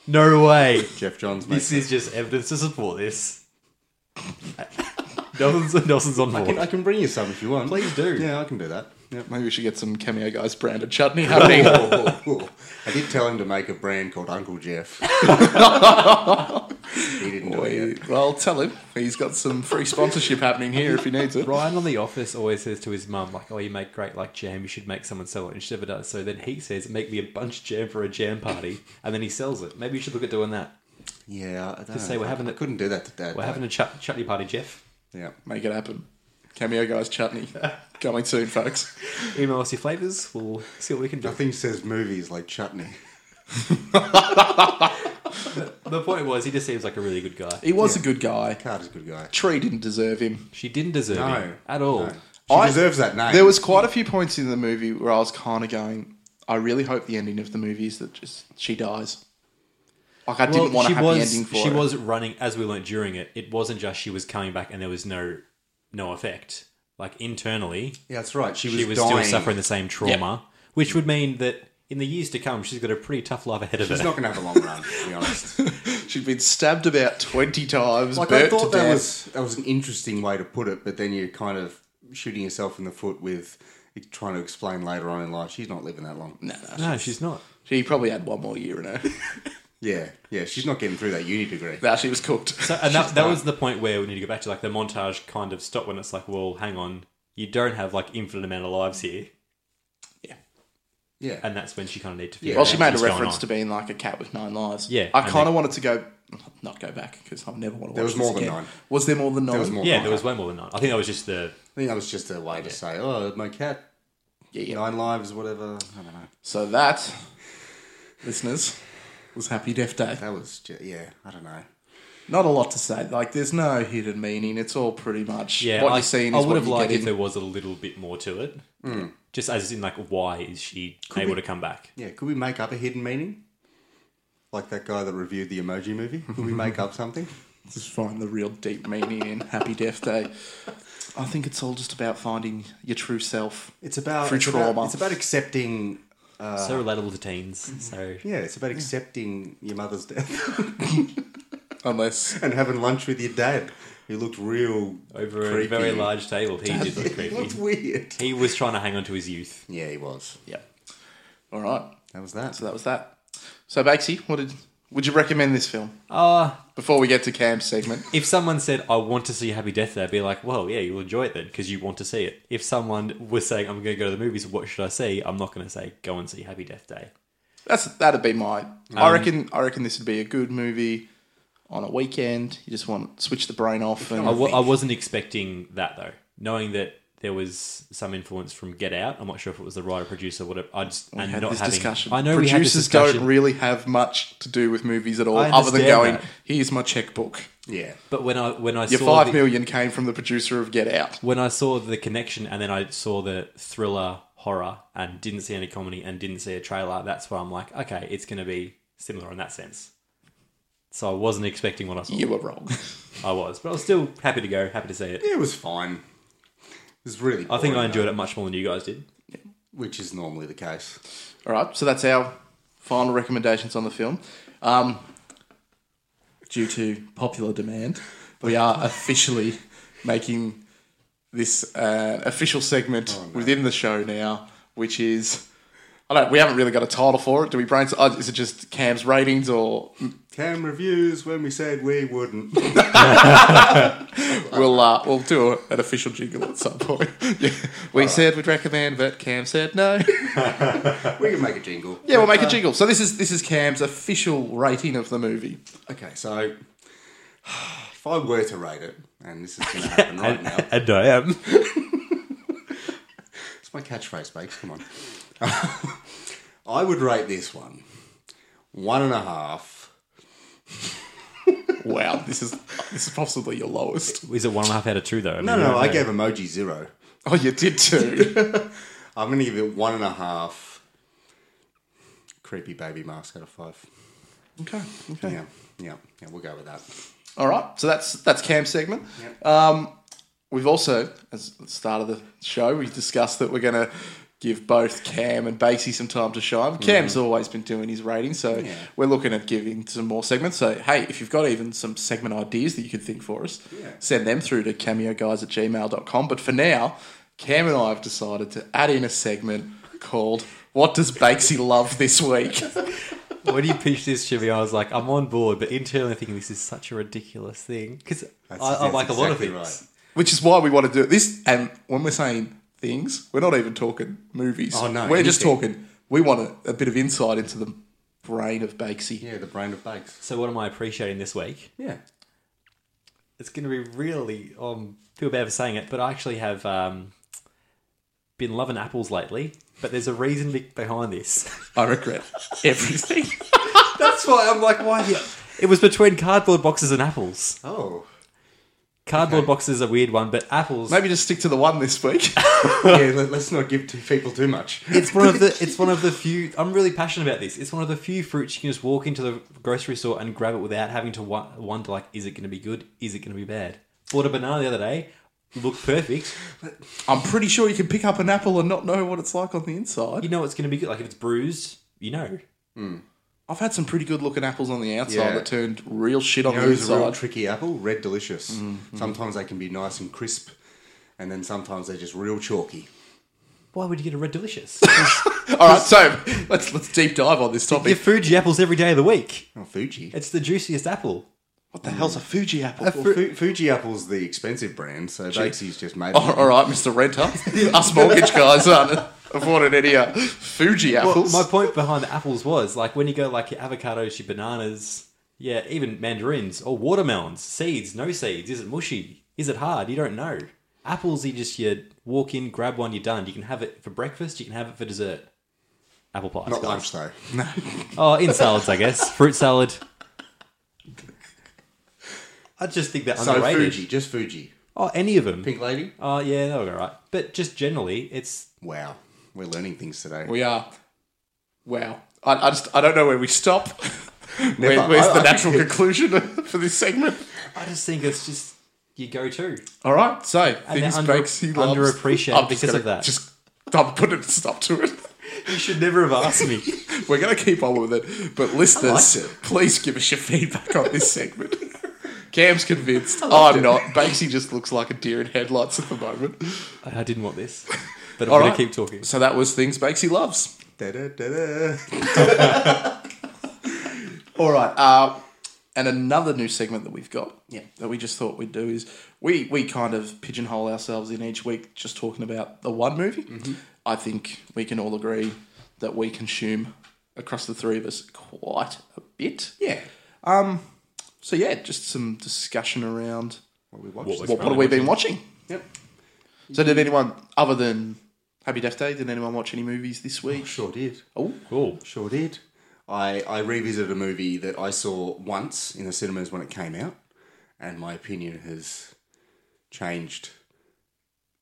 S3: No way.
S2: Jeff Johns makes
S3: this is just evidence to support this. Nelson's, Nelson's on
S2: I can,
S3: board.
S2: I can bring you some if you want.
S3: Please do.
S2: Yeah, I can do that.
S1: Maybe we should get some cameo guys branded chutney happening.
S2: I did tell him to make a brand called Uncle Jeff. he didn't do it.
S1: We- well, tell him he's got some free sponsorship happening here if he needs it.
S3: Ryan on The Office always says to his mum, like, oh, you make great, like, jam. You should make someone sell it. And she never does. So then he says, make me a bunch of jam for a jam party. And then he sells it. Maybe you should look at doing that.
S2: Yeah, I don't know.
S3: say we're having
S2: I
S3: a-
S2: couldn't do that to Dad.
S3: We're having a chut- chutney party, Jeff.
S2: yeah.
S1: Make it happen. Cameo guys chutney coming soon, folks.
S3: Email us your flavours. We'll see what we can do.
S2: Nothing says movies like chutney.
S3: The point was, he just seems like a really good guy.
S1: He was a good guy.
S2: Carter's a good guy.
S1: Tree didn't deserve him.
S3: She didn't deserve
S2: No,
S3: him at all.
S2: no. She
S1: I-
S2: deserves that name.
S1: There was quite a few points in the movie where I was kind of going, I really hope the ending of the movie is that just she dies. Like I didn't want a
S3: she
S1: happy
S3: was,
S1: ending for
S3: She
S1: her.
S3: was running, as we learnt during it, it wasn't just she was coming back and there was no no effect. Like, internally,
S2: yeah, that's right. She was,
S3: she was
S2: dying.
S3: still suffering the same trauma, which would mean that in the years to come, she's got a pretty tough life ahead of her.
S2: She's not going to have a long run, to be honest.
S1: She'd been stabbed about twenty times.
S2: Like I
S1: burnt
S2: thought
S1: to
S2: that
S1: death.
S2: was that was an interesting way to put it, but then you're kind of shooting yourself in the foot with trying to explain later on in life she's not living that long.
S1: Nah, nah.
S3: no, she's not.
S1: She probably had one more year in her.
S2: Yeah, yeah, she's not getting through that uni degree.
S1: nah, she was cooked.
S3: So, and that, that was the point where we need to go back to like the montage kind of stopped when it's like, well, hang on, you don't have like infinite amount of lives here,
S2: Yeah,
S3: and that's when she kind of need to figure.
S1: well, she
S3: out
S1: made a
S3: what's going
S1: reference
S3: on.
S1: to being like a cat with nine lives.
S3: Yeah,
S1: I
S3: and
S1: kind
S3: they-
S1: of wanted to go, not go back because I've never want to watch.
S2: was
S1: this
S2: more than
S1: again.
S2: nine.
S1: Was there more than nine?
S2: there was more.
S3: Yeah, there was way more than nine. I think that was just the
S2: I think that was just a way to say, oh, my cat,
S1: Yeah, yeah.
S2: nine lives, whatever. I don't know.
S1: So that, listeners, was Happy Death Day.
S2: That was just, yeah, I don't know.
S1: Not a lot to say. Like, there's no hidden meaning. It's all pretty much
S3: yeah.
S1: what
S3: I,
S1: you're seeing
S3: I
S1: is
S3: would
S1: what
S3: have
S1: you
S3: liked
S1: get in.
S3: if
S1: Hmm.
S3: there was a little bit more to it, just as in like, why is she able to come back?
S2: Yeah, could we make up a hidden meaning? Like that guy that reviewed the emoji movie? Could we make up something?
S1: Just find the real deep meaning in Happy Death Day. I think it's all just about finding your true self.
S2: It's about
S1: Through
S2: it's
S1: trauma.
S2: About, it's about accepting.
S1: Uh,
S3: so relatable to teens. So
S2: Yeah, it's about accepting your mother's death
S1: Unless
S2: and having lunch with your dad, who looked real
S3: over
S2: creepy.
S3: a very large table, he did look
S2: He looked
S3: creepy.
S2: weird.
S3: He was trying to hang on to his youth.
S2: Yeah, he was.
S1: Yeah. All right.
S2: That was that.
S1: So that was that. So Baxi, what did would you recommend this film
S3: Ah,
S1: before we get to Cam's segment?
S3: If someone said, I want to see Happy Death Day, I'd be like, well, yeah, you'll enjoy it then because you want to see it. If someone was saying, I'm going to go to the movies, what should I see? I'm not going to say, go and see Happy Death Day.
S1: That's that'd be my. I
S3: Um,
S1: reckon. I reckon this would be a good movie on a weekend. You just want to switch the brain off and
S3: I, w- I wasn't expecting that though. Knowing that there was some influence from Get Out, I'm not sure if it was the writer, producer, whatever. I just, and
S1: had
S3: not
S1: this
S3: having.
S1: discussion.
S3: I know
S1: producers
S3: we had this
S1: don't
S3: discussion,
S1: really have much to do with movies at all,
S3: I
S1: other than
S3: understand
S1: going,
S3: that.
S1: "Here's my checkbook."
S2: Yeah.
S3: but when I when I
S1: Your
S3: saw
S1: five
S3: the-
S1: million came from the producer of Get Out.
S3: when I saw the connection and then I saw the thriller horror and didn't see any comedy and didn't see a trailer, that's where I'm like, okay, it's going to be similar in that sense. So I wasn't expecting what I saw.
S1: You were wrong.
S3: I was, but I was still happy to go, happy to see it.
S2: Yeah, it was fine. It was really.
S3: I think I
S2: boring,
S3: enjoyed
S2: though,
S3: it much more than you guys did.
S2: which is normally the case.
S1: all right, so that's our final recommendations on the film. Um, due to popular demand, we are officially making this uh, official segment
S3: Oh,
S1: within the show now, which is. I don't, we haven't really got a title for it. Do we brainstorm? oh, Is it just Cam's ratings or
S2: Cam reviews when we said we wouldn't.
S1: We'll uh, we'll do a, an official jingle at some point. Yeah. We said we'd recommend, but Cam said no. Uh,
S2: we can make a jingle.
S1: Yeah, we'll make a jingle. So this is this is Cam's official rating of the movie.
S2: Okay, so if I were to rate it, and this is going to happen right now,
S3: And I am.
S2: it's my catchphrase, Bakes. Come on. I would rate this one one and a half.
S1: Wow, this is this is possibly your lowest.
S3: Is it one and a half out of two though? I
S2: No,
S3: mean,
S2: no, I
S3: know.
S2: gave emoji zero.
S1: Oh, you did too.
S2: I'm going to give it one and a half. Creepy baby mask out of five.
S1: okay, okay.
S2: Yeah, yeah, yeah. We'll go with that.
S1: All right. So that's that's Cam's segment.
S2: Yep.
S1: Um, we've also, as at the start of the show, we discussed that we're going to give both Cam and Basie some time to
S2: Mm-hmm.
S1: shine. Cam's always been doing his ratings, so we're looking at giving some more segments. So hey, if you've got even some segment ideas that you could think for us,
S2: Yeah.
S1: send them through to cameoguys at gmail.com. But for now, Cam and I have decided to add in a segment called "What Does Bakesy Love This Week?"
S3: when you pitched this to me, I was like, I'm on board, but internally thinking this is such a ridiculous thing because I,
S2: That's-
S3: I
S2: that's
S3: like a lot of
S2: exactly
S3: things.
S2: right.
S1: Which is why we want to do it. This, and when we're saying things, we're not even talking movies.
S2: Oh, no,
S1: We're just
S2: anything.
S1: talking, we want a, a bit of insight into the brain of Bakesy.
S2: Yeah, the brain of bugs.
S3: So, what am I appreciating this week?
S2: Yeah.
S3: It's going to be really um, feel bad for saying it, but I actually have um, been loving apples lately. But there's a reason be- behind this.
S1: I regret everything.
S3: That's why I'm like, why? the- It was between cardboard boxes and apples.
S2: Oh.
S3: Cardboard
S2: Okay.
S3: boxes are a weird one, but apples.
S1: Maybe just stick to the one this week.
S2: yeah, let, let's not give two people too much.
S3: It's one of the. It's one of the few. I'm really passionate about this. It's one of the few fruits you can just walk into the grocery store and grab it without having to wo- wonder like, is it going to be good? Is it going to be bad? Bought a banana the other day. Looked perfect.
S1: I'm pretty sure you can pick up an apple and not know what it's like on the inside.
S3: You know it's going to be good. Like if it's bruised, you know.
S1: I've had some pretty good looking apples on the outside
S2: Yeah.
S1: that turned real shit on
S2: You know
S1: the
S2: who's a real
S1: inside.
S2: tricky apple? Red Delicious. Sometimes they can be nice and crisp, and then sometimes they're just real chalky.
S3: Why would you get a red delicious?
S1: All right, so let's let's deep dive on this
S3: Your
S1: topic.
S3: Fuji apples every day of the week.
S2: Oh, Fuji.
S3: It's the juiciest apple.
S1: What the hell's a Fuji apple?
S2: Well, Fu- Fuji Apple's the expensive brand, so Bakesy's just made it.
S1: oh, All all right, Mr. Renter. Us mortgage guys aren't afforded any uh, Fuji
S3: Well,
S1: apples.
S3: my point behind the apples was like when you go like your avocados, your bananas, yeah, even mandarins or watermelons, seeds, no seeds. Is it mushy? Is it hard? You don't know. Apples, you just you walk in, grab one, you're done. You can have it for breakfast. You can have it for dessert. Apple pies,
S2: Not
S3: guys.
S2: lunch, though. No.
S3: Oh, in salads, I guess. Fruit salad. I just think they're
S2: So
S3: underrated.
S2: Fuji, just Fuji.
S3: Oh, any of them.
S2: Pink Lady?
S3: Oh, yeah, they were all right. But just generally, it's
S2: Wow. We're learning things today.
S1: we are. Wow. I, I just I don't know where we stop. Where,
S2: Never.
S1: where's
S2: I-
S1: the
S2: I
S1: natural
S2: think-
S1: conclusion for this segment?
S3: I just think it's just your go-to.
S1: All right, so
S3: they're
S1: things
S3: under-
S1: breaks you loves.
S3: underappreciated
S1: I'm just
S3: because of
S1: gonna
S3: that.
S1: Just I'm putting a stop to it.
S3: You should never have asked me.
S1: We're going to keep on with it, but listeners,
S3: liked
S1: please give us your feedback on this segment. Cam's convinced. I'm not. Banksy just looks like a deer in headlights at the moment.
S3: I I didn't want this, but I'm
S1: All
S3: going
S1: right.
S3: to keep talking.
S1: So that was things Banksy loves.
S2: Da-da-da-da.
S1: All right. Uh, and another new segment that we've got,
S2: Yeah.
S1: that we just thought we'd do is we we kind of pigeonhole ourselves in each week, just talking about the one movie. I think we can all agree that we consume across the three of us quite a bit.
S2: Yeah.
S1: So yeah, just some discussion around
S2: What we watched.
S3: we-
S1: what, what have we been watching.
S2: Yep.
S1: So did anyone other than Happy Death Day? Did anyone watch any movies this week?
S2: Sure did.
S1: Oh,
S3: Cool.
S2: Sure did. I, I revisited a movie that I saw once in the cinemas when it came out, and my opinion has changed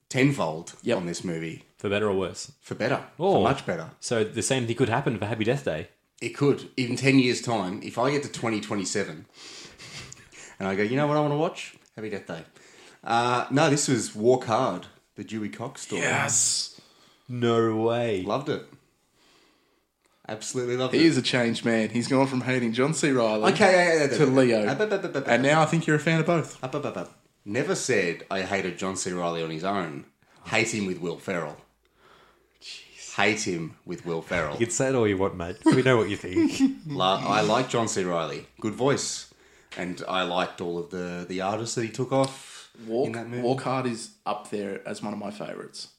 S2: tenfold
S1: Yep.
S2: on this movie
S3: For better or worse.
S2: for better,
S3: Oh.
S2: for much better.
S3: So the same thing could happen for Happy Death Day.
S2: It could in ten years' time if I get to twenty twenty seven, and I go, you know what I want to watch? Happy Death Day. Uh, no, this was Walk Hard, the Dewey Cox story.
S1: yes,
S3: No way.
S2: loved it. Absolutely loved
S1: he
S2: it.
S1: is a changed man. He's gone from hating John C. Riley
S2: Okay, yeah, yeah,
S1: to Leo,
S2: Leo.
S1: and now I think you're a fan of both.
S2: Up, up, up, up. Never said I hated John C. Riley on his own. Hate him with Will Ferrell. Hate him with Will Ferrell.
S3: You can say it all you want, mate. We know what you think.
S2: La- I like John C. Riley. Good voice. And I liked all of the, the artists that he took off in
S1: Walk,
S2: that movie.
S1: Walk Hard is up there as one of my favorites.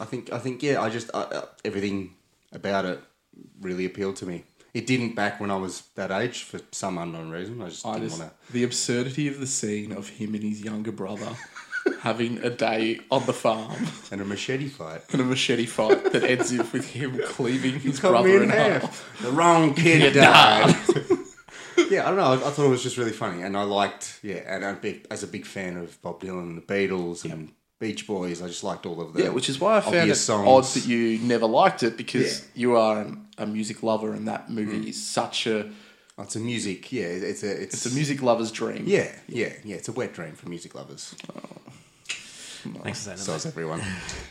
S2: I think, I think, yeah, I just, I, uh, everything about it really appealed to me. It didn't back when I was that age for some unknown reason. I just
S1: I
S2: didn't
S1: just-
S2: want to.
S1: the absurdity of the scene of him and his younger brother having a day on the farm
S2: And a machete fight.
S1: and a machete fight that ends up with him cleaving his
S2: Cut me
S1: brother
S2: in
S1: in half.
S2: half. The wrong kid died. yeah, I don't know. I, I thought it was just really funny, and I liked. Yeah, and I'm big, as a big fan of Bob Dylan, and the Beatles, and Beach Boys, I just liked all of them.
S1: Yeah, which is why I found it
S2: obvious
S1: odd
S2: songs.
S1: that you never liked it because
S2: Yeah.
S1: you are an, a music lover and that movie is such a
S2: it's a music. Yeah, it- it's a it's,
S1: it's a music lover's dream.
S2: Yeah, yeah, yeah. It's a wet dream for music lovers.
S3: Thanks for saying that.
S2: So
S3: mate.
S2: is everyone.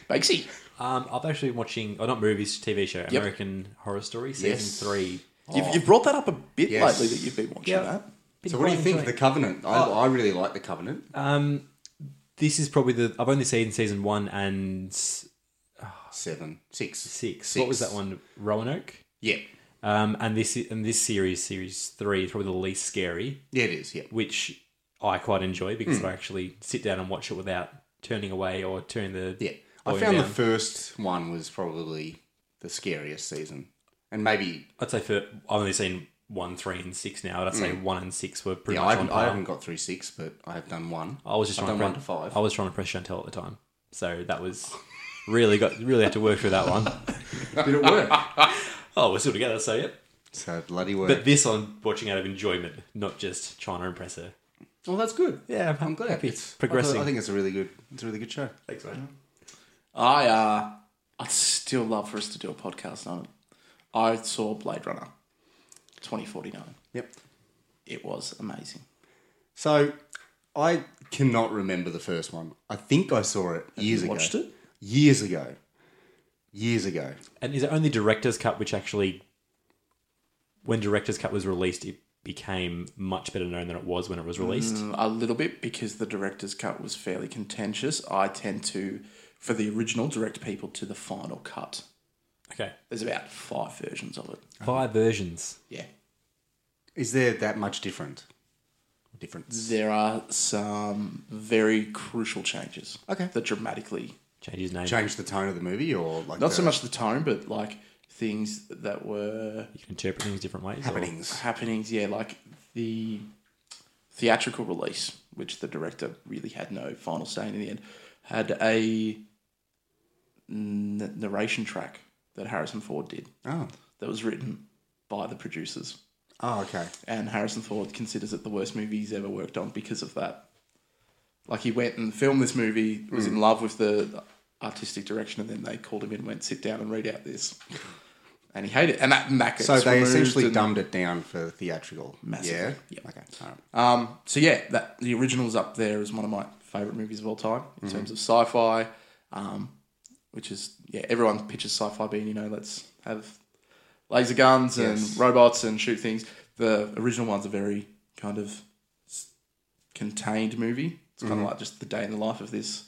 S1: Bakesy.
S3: Um, I've actually been watching, oh, not movies, TV show, American Horror Story season
S2: Yes.
S3: three.
S1: You've, you've brought that up a bit
S2: Yes.
S1: lately that you've been watching
S3: Yeah.
S1: that.
S3: Been
S2: so what do you
S3: quite
S2: think of
S3: enjoying Uh,
S2: the Covenant? I, I really like the Covenant.
S3: it. Um, this is probably the I've only seen season one and six.
S2: Seven, six,
S3: What was that one? Roanoke.
S2: Yeah,
S3: Um, and this and this series, series three, is probably the least scary,
S2: yeah, it is. Yeah,
S3: which I quite enjoy because
S2: Hmm.
S3: I actually sit down and watch it without turning away or turning the
S2: yeah. I
S3: volume
S2: found the
S3: down.
S2: first one was probably the scariest season, and maybe
S3: I'd say for I've only seen one, three, and six now. and I'd say one and six were pretty
S2: Hmm. yeah, I
S3: much on
S2: haven't,
S3: par. Oh.
S2: I haven't got through six, but I have done one.
S3: I was just
S2: I've
S3: trying
S2: done
S3: to press,
S2: one to five.
S3: I was trying to press Chantel at the time, so that was really got really had to work through that one.
S1: Did it work?
S3: oh, we're still together, so yep.
S2: So bloody work.
S3: But this I'm watching out of enjoyment, not just trying to impress her.
S2: well, that's good.
S3: Yeah,
S2: I'm glad
S3: It's progressing.
S2: I, thought- I think it's a really good. It's a really good show.
S3: Thanks, man.
S1: I uh, I'd still love for us to do a podcast on it. I saw Blade Runner, twenty forty nine.
S2: Yep.
S1: It was amazing.
S2: So I cannot remember the first one. I think I saw it years
S1: you
S2: ago.
S1: watched it?
S2: years ago. Years ago.
S3: And is it only director's cut which actually, when director's cut was released, it became much better known than it was when it was released?
S1: Mm, A little bit because the director's cut was fairly contentious. I tend to, for the original, direct people to the final cut.
S3: Okay,
S1: There's about five versions of it.
S3: five versions.
S1: Yeah.
S2: Is there that much different? Difference.
S1: There are some very crucial changes.
S2: Okay.
S1: That dramatically,
S3: Change his name.
S2: Change the tone of the movie, or like
S1: not
S2: the
S1: so much the tone, but like things that were
S3: You can interpret things different ways. or-
S2: happenings.
S1: happenings, yeah, like the theatrical release, which the director really had no final say in, in the end, had a n- narration track that Harrison Ford did
S2: Oh,
S1: that was written by the producers.
S2: oh, okay.
S1: And Harrison Ford considers it the worst movie he's ever worked on because of that. Like he went and filmed this movie, was
S2: Mm.
S1: in love with the artistic direction, and then they called him in and went, sit down and read out this. And he hated it. And that, and that gets
S2: So they
S1: removed
S2: essentially
S1: and-
S2: dumbed it down for theatrical.
S1: Massively,
S2: Yeah.
S1: yep.
S2: Okay. All right.
S1: Um, so yeah, that the original's up there as one of my favorite movies of all time in
S2: Mm-hmm.
S1: terms of sci-fi, um, which is yeah, everyone pictures sci-fi being you know let's have laser guns
S2: Yes.
S1: and robots and shoot things. The original one's a very kind of s- contained movie. It's
S2: Mm-hmm.
S1: kind of like just the day in the life of this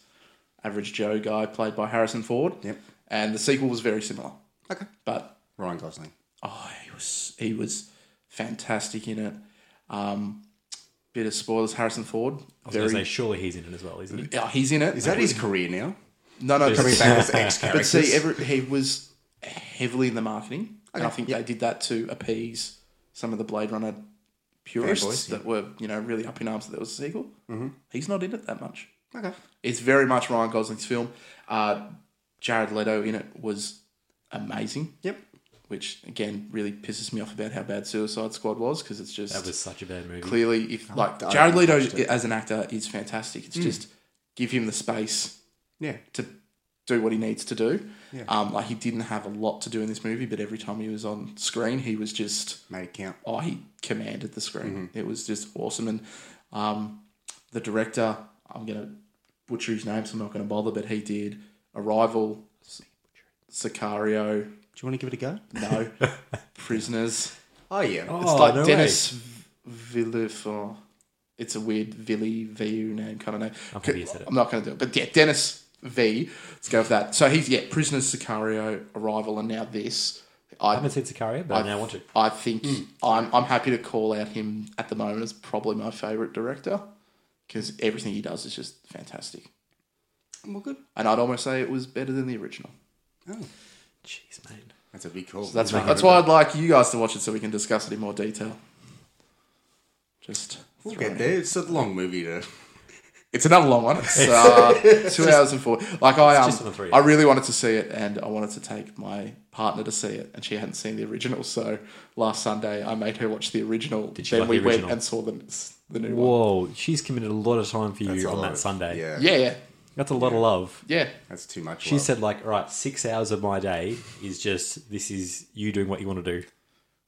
S1: average Joe guy played by Harrison Ford.
S2: Yep.
S1: And the sequel was very similar,
S2: Okay.
S1: but
S2: Ryan Gosling.
S1: Oh, he was he was fantastic in it. Um, bit of spoilers: Harrison Ford.
S3: I was going
S1: Very,
S3: to say, surely he's in it as well, isn't he?
S1: yeah, he's in it.
S2: Is that his career now?
S1: no, no?
S2: Coming back as ex
S1: But
S2: characters.
S1: see, every, he was heavily in the marketing, and I think they did that to appease some of the Blade Runner purists
S2: Fanboys, yeah.
S1: that were you know really up in arms that there was a sequel. Mm-hmm. He's not in it that much.
S2: okay.
S1: It's very much Ryan Gosling's film. Uh, Jared Leto in it was amazing.
S2: Yep.
S1: Which again really pisses me off about how bad Suicide Squad was because it's just
S3: That was such a bad movie.
S1: clearly if like
S2: I
S1: Jared
S2: haven't
S1: Leto
S2: watched it.
S1: as an actor is fantastic. It's just give him the space
S2: Yeah.
S1: to do what he needs to do. Um, like he didn't have a lot to do in this movie, but every time he was on screen, he was just
S2: Made it count.
S1: oh he commanded the screen. It was just awesome. And um, the director, I'm gonna butcher his name, so I'm not gonna bother, but he did Arrival, S- Sicario,
S2: Do you want to give it a go?
S1: no Prisoners.
S2: Oh yeah.
S1: It's
S3: Oh,
S1: like
S3: no
S1: Dennis v- Villefort. It's a weird Villy VU name kind of name. I'm,
S3: happy you said it.
S1: I'm not going to do it, but yeah, Dennis V. Let's go with that. So he's yeah, Prisoners, Sicario, Arrival, and now this.
S3: I
S1: I
S3: haven't seen Sicario, but I Hmm. now want to.
S1: I think I'm I'm happy to call out him at the moment as probably my favorite director because everything he does is just fantastic.
S2: Well, good.
S1: And I'd almost say it was better than the original.
S2: Oh,
S3: Jeez, man.
S2: that's a big call.
S1: That's why, that's why I'd like you guys to watch it so we can discuss it in more detail. Just
S2: We'll
S1: throwing
S2: get there. It's a long movie to.
S1: It's another long one. It's uh, two hours and four. Like I,
S3: just on the
S1: um,
S3: three.
S1: I really wanted to see it, and I wanted to take my partner to see it, and she hadn't seen the original. So last Sunday, I made her watch the original.
S3: Did she
S1: then
S3: like
S1: we
S3: the original?
S1: went and saw the the new one.
S3: Whoa, she's committed a lot of time for you
S2: It's a
S3: on
S2: lot
S3: that
S2: of-
S3: Sunday.
S2: Yeah.
S1: Yeah, yeah,
S3: That's a lot of love.
S1: yeah.
S2: That's too much.
S3: She
S2: love.
S3: said, like, all right, six hours of my day is just this is you doing what you want to do.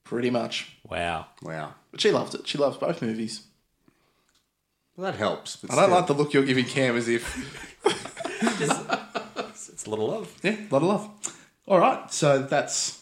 S1: Pretty much.
S3: Wow.
S2: "Wow."
S1: But she loved it. She loves both movies.
S2: Well, that helps. But
S1: I don't like the look you're giving Cam as if.
S3: It's a lot of love.
S1: Yeah, a lot of love. All right, so that's.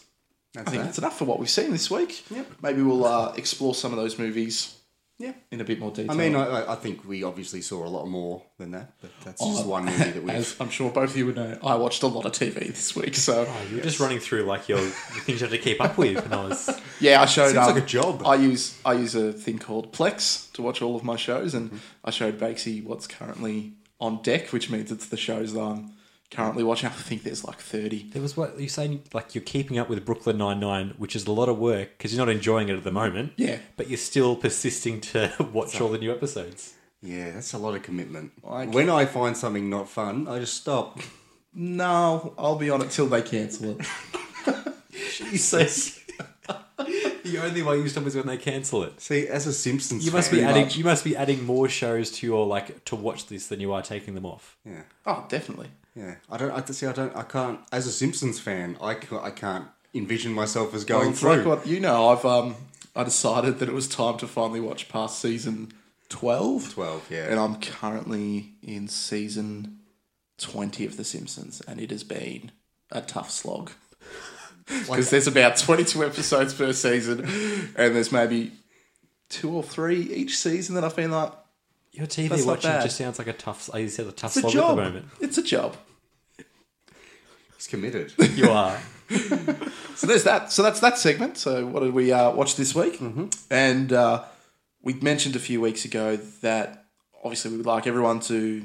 S1: I
S2: That's
S1: think
S2: that.
S1: that's enough for what we've seen this week.
S2: Yep.
S1: Maybe we'll uh, explore some of those movies
S2: Yeah.
S1: in a bit more detail.
S2: I mean, I, I- I think we obviously saw a lot more than that, but that's just one movie that
S1: as
S2: we've.
S1: I'm sure both of you would know, I watched a lot of TV this week. So
S3: You're Oh, just running through like your the things you have to keep up with, and I was
S1: yeah, I showed
S2: Seems
S1: um,
S2: like a job.
S1: I use I use a thing called Plex to watch all of my shows, and I showed Bakesy what's currently on deck, which means it's the shows that I'm currently watching. I think there's like thirty.
S3: There was what you're saying, like you're keeping up with Brooklyn Nine Nine, which is a lot of work because you're not enjoying it at the moment.
S1: Yeah.
S3: but you're still persisting to watch all the new episodes.
S2: Yeah, that's a lot of commitment.
S1: I-
S2: when I find something not fun, I just stop.
S1: No, I'll be on it till they cancel it.
S3: Jesus. the only way you stop is when they cancel it.
S2: See, as a Simpsons,
S3: You must
S2: fan,
S3: be adding.
S2: much-
S3: You must be adding more shows to your like to watch this than you are taking them off.
S2: Yeah,
S1: oh, definitely.
S2: yeah. I don't. I see. I don't. I can't. As a Simpsons fan, I ca- I can't envision myself as going
S1: It's
S2: through.
S1: like what you know. I've um, I decided that it was time to finally watch past season twelve.
S2: 12, yeah.
S1: And I'm currently in season twenty of The Simpsons, and it has been a tough slog because there's about twenty two episodes per season, and there's maybe two or three each season that I've been like,
S3: Your TV
S1: That's not
S3: watching
S1: bad.
S3: just sounds like a tough. I said a tough
S1: it's a
S3: slog at the
S1: job.
S3: moment.
S1: It's a job.
S2: He's committed.
S3: You are.
S1: So there's that. So that's that segment. So what did we uh, watch this week? Mm-hmm. And uh, we mentioned a few weeks ago that obviously we would like everyone to,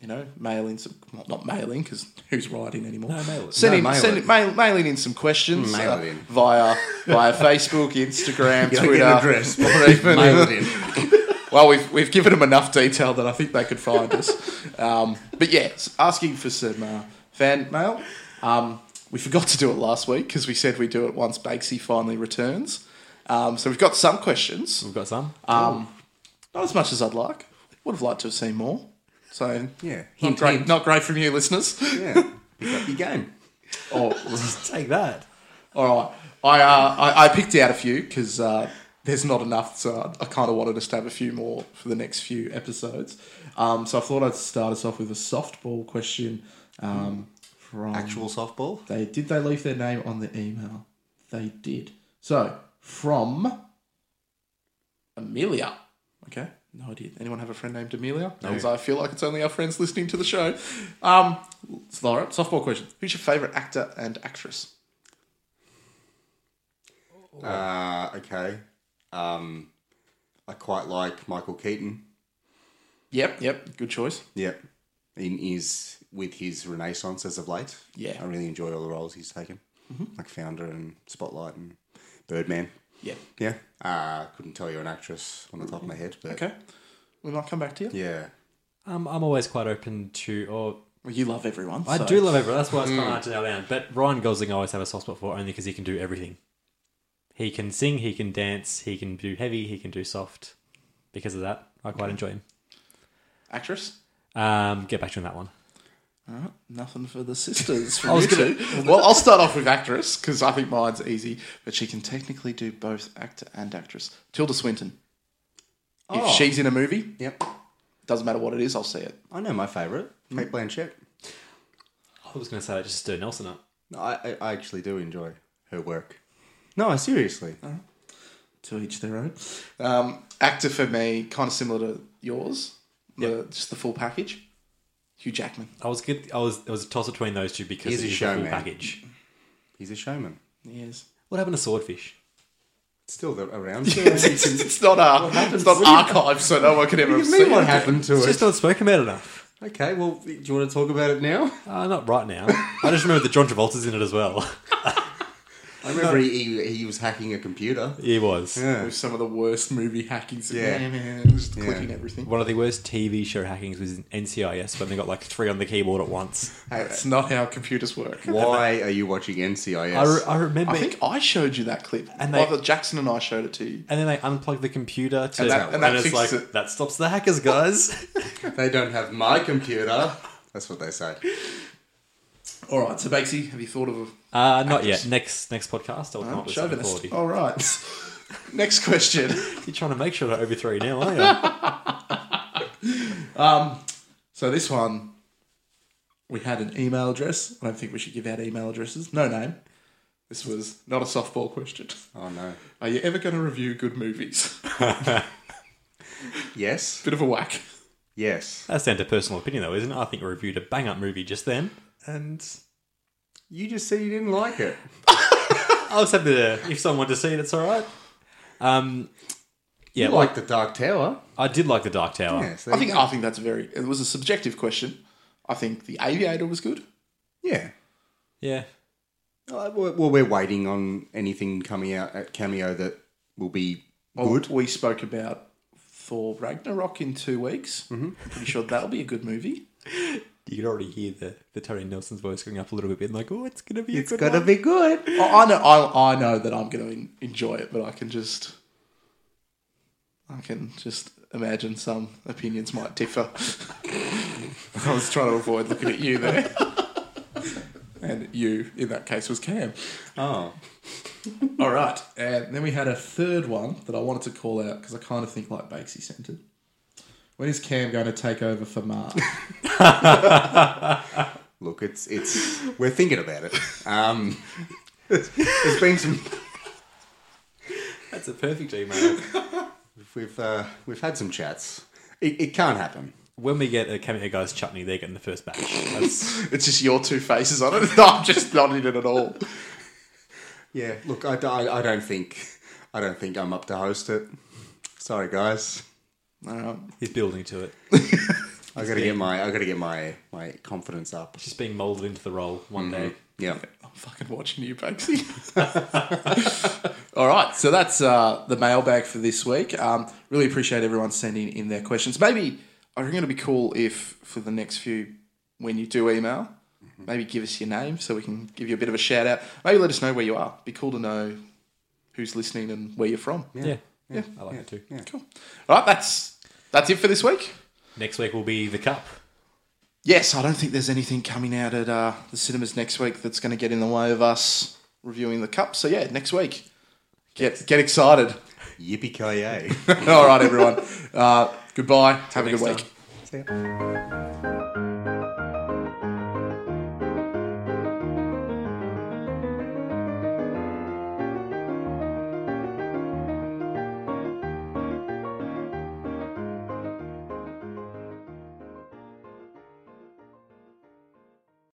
S1: you know, mail in some well, not mail in because who's writing anymore?
S3: No, mail it.
S1: Send
S2: No,
S1: in,
S2: mail
S1: send
S2: it.
S1: mail, mailing in some questions.
S2: Mail
S1: uh,
S2: it in.
S1: via via Facebook, Instagram,
S2: Gotta get an
S1: Twitter.
S2: address.
S1: or even-
S2: Mail it in.
S1: well, we've we've given them enough detail that I think they could find us. Um, but yeah, s- asking for some uh, fan mail. Um, we forgot to do it last week because we said we do it once Bakesy finally returns. Um, so we've got some questions,
S3: We've got some. Ah,
S1: not as much as I'd like. Would have liked to have seen more. So
S2: Yeah.
S1: not
S2: Hint,
S1: great,
S2: hint.
S1: not great from you, listeners.
S2: Yeah. Pick up your game.
S1: Oh,
S3: Take that.
S1: all right. I, uh, I I picked out a few because uh, there's not enough, so I, I kind of wanted us to have a few more for the next few episodes. Um, so I thought I'd start us off with a softball question. Um, from
S2: Actual softball.
S1: they did they leave their name on the email? They did. So from Amelia. Okay, no idea. Anyone have a friend named Amelia? Because I feel like it's only our friends listening to the show. Um, so, Laura, softball question. Who's your favourite actor and actress?
S2: Uh, okay. Um, I quite like Michael Keaton.
S1: Yep, yep, good choice.
S2: Yep. In his with his renaissance as of late.
S1: Yeah.
S2: I really enjoy all the roles he's taken, like Founder and Spotlight and Birdman.
S1: Yeah.
S2: Yeah. Uh, couldn't tell you an actress on the top of my head, but
S1: Okay. We might come back to you.
S2: yeah.
S3: Um, I'm always quite open to, or
S1: Well, you love everyone.
S3: I
S1: so-
S3: do love everyone. That's why it's kind of hard to nail down. But Ryan Gosling, I always have a soft spot for only because he can do everything. He can sing, he can dance, he can do heavy, he can do soft. Because of that, I quite enjoy him.
S1: actress.
S3: Um, get back to you on that one.
S1: Alright, Nothing for the sisters. From you two. Well, I'll start off with actress because I think mine's easy, but she can technically do both actor and actress. Tilda Swinton. If
S2: Oh.
S1: she's in a movie,
S2: Yep.
S1: doesn't matter what it is, I'll see it.
S2: I know my favourite, Kate Blanchett.
S3: I was going to say that just to stir Nelson up.
S2: No, I, I I actually do enjoy her work. No, seriously.
S1: To each their own. Um, actor for me, kind of similar to yours. The, just the full package. Hugh Jackman.
S3: I was good. I was. It was a toss between those two because
S2: He's
S3: it
S2: a
S3: is the full
S2: showman.
S3: package.
S2: He's a showman.
S1: Yes.
S3: What happened to Swordfish?
S2: It's still the- around.
S1: it's, it's not uh, it's not archived, so no one can ever
S2: What do
S1: see
S2: you mean
S1: it.
S2: what happened to
S3: It's
S2: it?
S3: just not spoken about enough.
S2: Okay, well, do you want to talk about it now?
S3: Uh, not right now. I just remember that John Travolta's in it as well.
S2: I remember he, he was hacking a computer.
S3: he was
S2: Yeah.
S1: with some of the worst movie hackings.
S2: Yeah.
S1: Yeah, man, just
S2: Yeah.
S1: clicking everything.
S3: one of the worst TV show hackings was in NCIS when they got like three on the keyboard at once.
S1: That's not how computers work.
S2: Why are you watching NCIS?
S3: I, re- I remember,
S1: I think I showed you that clip.
S3: And
S1: And
S3: they-
S1: Either Jackson and I showed it to you.
S3: and then they unplug the computer to,
S1: And
S3: and,
S1: that-
S2: and that
S3: it's like
S1: fixes it.
S3: that stops the hackers, guys.
S2: they don't have my computer. That's what they say.
S1: All right, so Bakesy, have you thought of a
S3: uh, not yet. Next next podcast, I'll come
S1: no,
S3: up with something
S1: chauvinist?
S3: quality.
S1: All right. Next question.
S3: You're trying to make sure I don't overthrow you now, aren't you?
S1: So this one, we had an email address. I don't think we should give out email addresses. No name. This was not a softball question.
S2: Oh no.
S1: Are you ever going to review good movies?
S2: Yes.
S1: Bit of a whack.
S2: Yes.
S3: That's down to personal opinion, though, isn't it? I think we reviewed a bang up movie just then, and
S2: You just said you didn't like it.
S3: I was happy to. If someone wanted to see it, it's all right. Um, yeah,
S2: You like The Dark Tower.
S3: I did like the Dark Tower.
S2: Yes.
S1: I think I think that's a very. It was a subjective question. I think the Aviator was good.
S2: Yeah.
S3: Yeah,
S2: Uh, Well, well, we're waiting on anything coming out at Cameo that will be good.
S1: We spoke about Thor Ragnarok in two weeks. Mm-hmm. I'm pretty sure that'll be a good movie.
S3: you could already hear the, the Tony Nelson's voice going up a little bit, being like, "Oh, it's gonna be
S2: It's
S3: a good
S2: gonna
S3: one."
S2: be good.
S1: I, I know. I, I know that I'm going to en- enjoy it, but I can just, I can just imagine some opinions might differ. I was trying to avoid looking at you there, and you in that case was Cam.
S2: Oh,
S1: All right, and then we had a third one that I wanted to call out because I kind of think like Bakesy centered. When is Cam going to take over for Mark?
S2: look, it's it's we're thinking about it. Um, there's been some
S3: That's a perfect email.
S2: we've uh, we've had some chats. It, it can't happen.
S3: when we get a cameo guys chutney, they're getting the first batch. That's,
S1: it's just your two faces on it. No, I'm just not in it at all.
S2: Yeah, look, I, I, I don't think I don't think I'm up to host it. Sorry, guys.
S1: Um,
S3: he's building to it.
S2: I gotta get my I gotta get my my confidence up.
S3: Just being molded into the role one
S2: Mm-hmm.
S3: day.
S2: Yeah,
S1: I'm fucking watching you, Banksy. All right, so that's uh, the mailbag for this week. Um, really appreciate everyone sending in their questions. Maybe I think it'd be cool if for the next few, when you do email, maybe give us your name so we can give you a bit of a shout out. Maybe let us know where you are. Be cool to know who's listening and where you're from.
S3: Yeah, yeah, I like it too.
S1: Cool. All right, that's that's it for this week.
S3: Next week will be the cup.
S1: Yes, I don't think there's anything coming out at uh, the cinemas next week that's going to get in the way of us reviewing the cup. So yeah, next week, get get excited.
S2: yippee ki yay.
S1: All right, everyone. Uh, goodbye. Have a good
S3: next
S1: week.
S3: time.
S2: See ya.